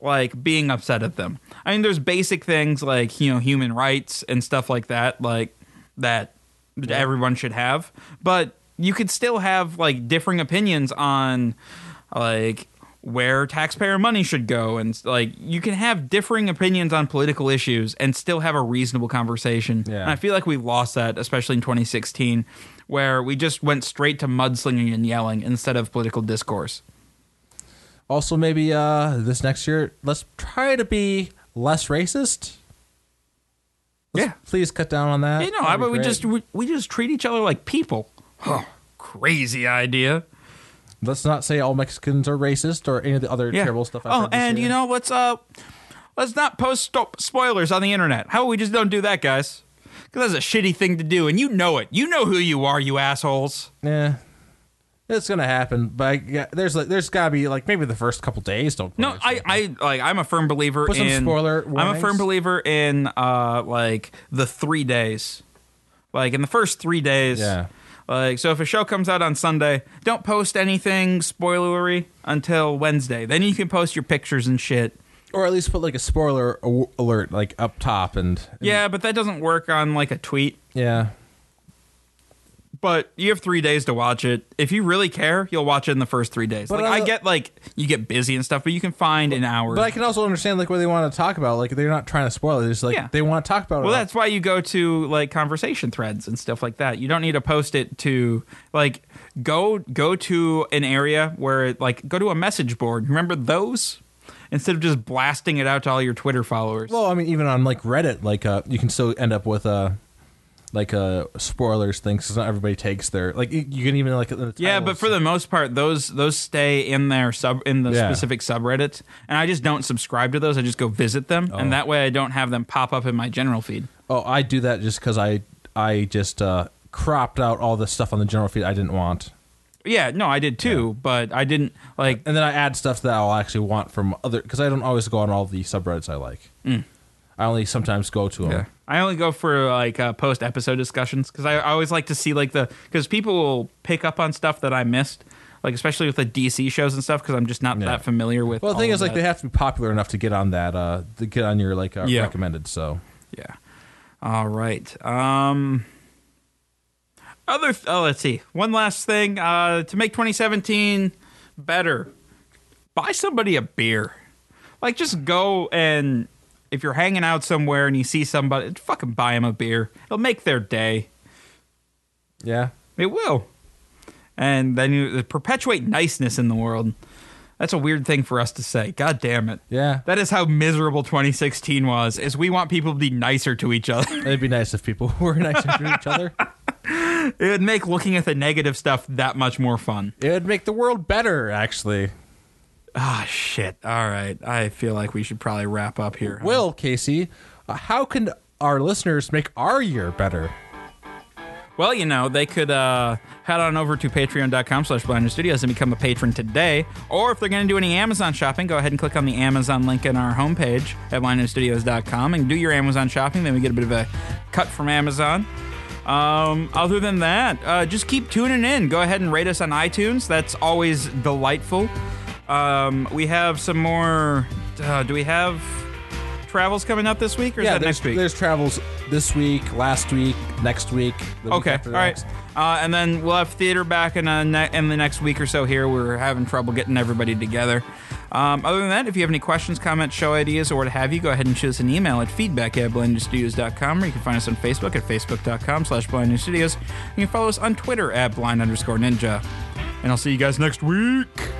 B: like being upset at them. I mean there's basic things like, you know, human rights and stuff like that like that everyone should have, but you could still have like differing opinions on like where taxpayer money should go and like you can have differing opinions on political issues and still have a reasonable conversation
C: Yeah.
B: and i feel like we lost that especially in 2016 where we just went straight to mudslinging and yelling instead of political discourse
C: Also, maybe uh, this next year, let's try to be less racist. Let's
B: Yeah.
C: Please cut down on that.
B: you know how
C: That'd be
B: about we
C: great.
B: just we, we just treat each other like people oh, crazy idea
C: let's not say all Mexicans are racist or any of the other
B: yeah
C: terrible stuff. I've
B: oh
C: heard this
B: and
C: year.
B: you know let's uh let's not post sto- spoilers on the internet how about we just don't do that guys because that's a shitty thing to do and you know it you know who you are you assholes
C: yeah, it's gonna happen. But I, yeah, there's like, there's gotta be like maybe the first couple days. Don't put
B: No,
C: it
B: I, I like I'm a firm believer
C: Put some
B: in
C: spoiler
B: I'm a firm
C: warnings.
B: believer in uh like the three days. Like in the first three days.
C: Yeah.
B: Like so if a show comes out on Sunday, don't post anything spoilery until Wednesday. Then you can post your pictures and shit.
C: or at least put like a spoiler aw- alert like up top and, and-
B: Yeah, but that doesn't work on like a tweet.
C: yeah
B: But you have three days to watch it. If you really care, you'll watch it in the first three days.
C: But
B: like
C: I-
B: I, get like you get busy and stuff, but you can find an hour.
C: but i can also understand like what they want to talk about like they're not trying to spoil it it's like
B: Yeah.
C: they want to talk about
B: well,
C: it
B: that's why you go to like conversation threads and stuff like that. You don't need to post it to like go go to an area where like go to a message board. Remember those instead of just blasting it out to all your Twitter followers.
C: well i mean even on like reddit like uh you can still end up with uh like uh spoilers things because not everybody takes their like you you can even like uh, the
B: Yeah, but
C: titles.
B: for the most part, those those stay in their sub in the
C: Yeah.
B: specific subreddits, and I just don't subscribe to those. I just go visit them, and that way I don't have them pop up in my general feed.
C: oh i do that just because i i just uh cropped out all the stuff on the general feed i didn't want
B: Yeah, no, I did too, but I didn't like.
C: and then I add stuff that I'll actually want from other because I don't always go on all the subreddits I like.
B: Mm.
C: I only sometimes go to them.
B: I only go for like uh, post episode discussions because I, I always like to see like the because people will pick up on stuff that I missed, like especially with the DC shows and stuff because I'm just not that familiar with.
C: Well, the
B: all
C: thing
B: of
C: is, like,
B: that.
C: they have to be popular enough to get on that, uh, to get on your like uh,
B: Yeah.
C: recommended. So
B: Yeah. All right. Um other th- oh, let's see. One last thing uh to make 2017 better. Buy somebody a beer. Like just go and if you're hanging out somewhere and you see somebody, fucking buy them a beer. It'll make their day.
C: yeah,
B: It will. And then you perpetuate niceness in the world. That's a weird thing for us to say. God damn it.
C: Yeah.
B: That is how miserable 2016 was. Is we want people to be nicer to each other. [laughs]
C: it'd be nice if people [laughs] were nicer to each [laughs] other.
B: It would make looking at the negative stuff that much more fun.
C: It would make the world better, actually.
B: Ah, shit. All right. I feel like we should probably wrap up here. huh?
C: Will Casey, uh, how can our listeners make our year better?
B: Well, you know, they could uh, head on over to patreon.com slash Blinder Studios and become a patron today. Or if they're going to do any Amazon shopping, go ahead and click on the Amazon link in our homepage at blindnewstudios.com and do your Amazon shopping. Then we get a bit of a cut from Amazon. Um, other than that, uh, just keep tuning in. Go ahead and rate us on iTunes. That's always delightful. Um, we have some more. Uh, do we have travels coming up this week or is that
C: there's,
B: next week?
C: there's travels this week, last week, next week. the week
B: Okay.
C: after
B: All right.
C: next.
B: Uh, and then we'll have theater back in, uh, ne- in the next week or so here. We're having trouble getting everybody together. Um, other than that, if you have any questions, comments, show ideas, or what have you, go ahead and shoot us an email at feedback at blindnewstudios.com, or you can find us on Facebook at facebook.com slash blindnewstudios. You can follow us on Twitter at blind underscore ninja. And I'll see you guys next week.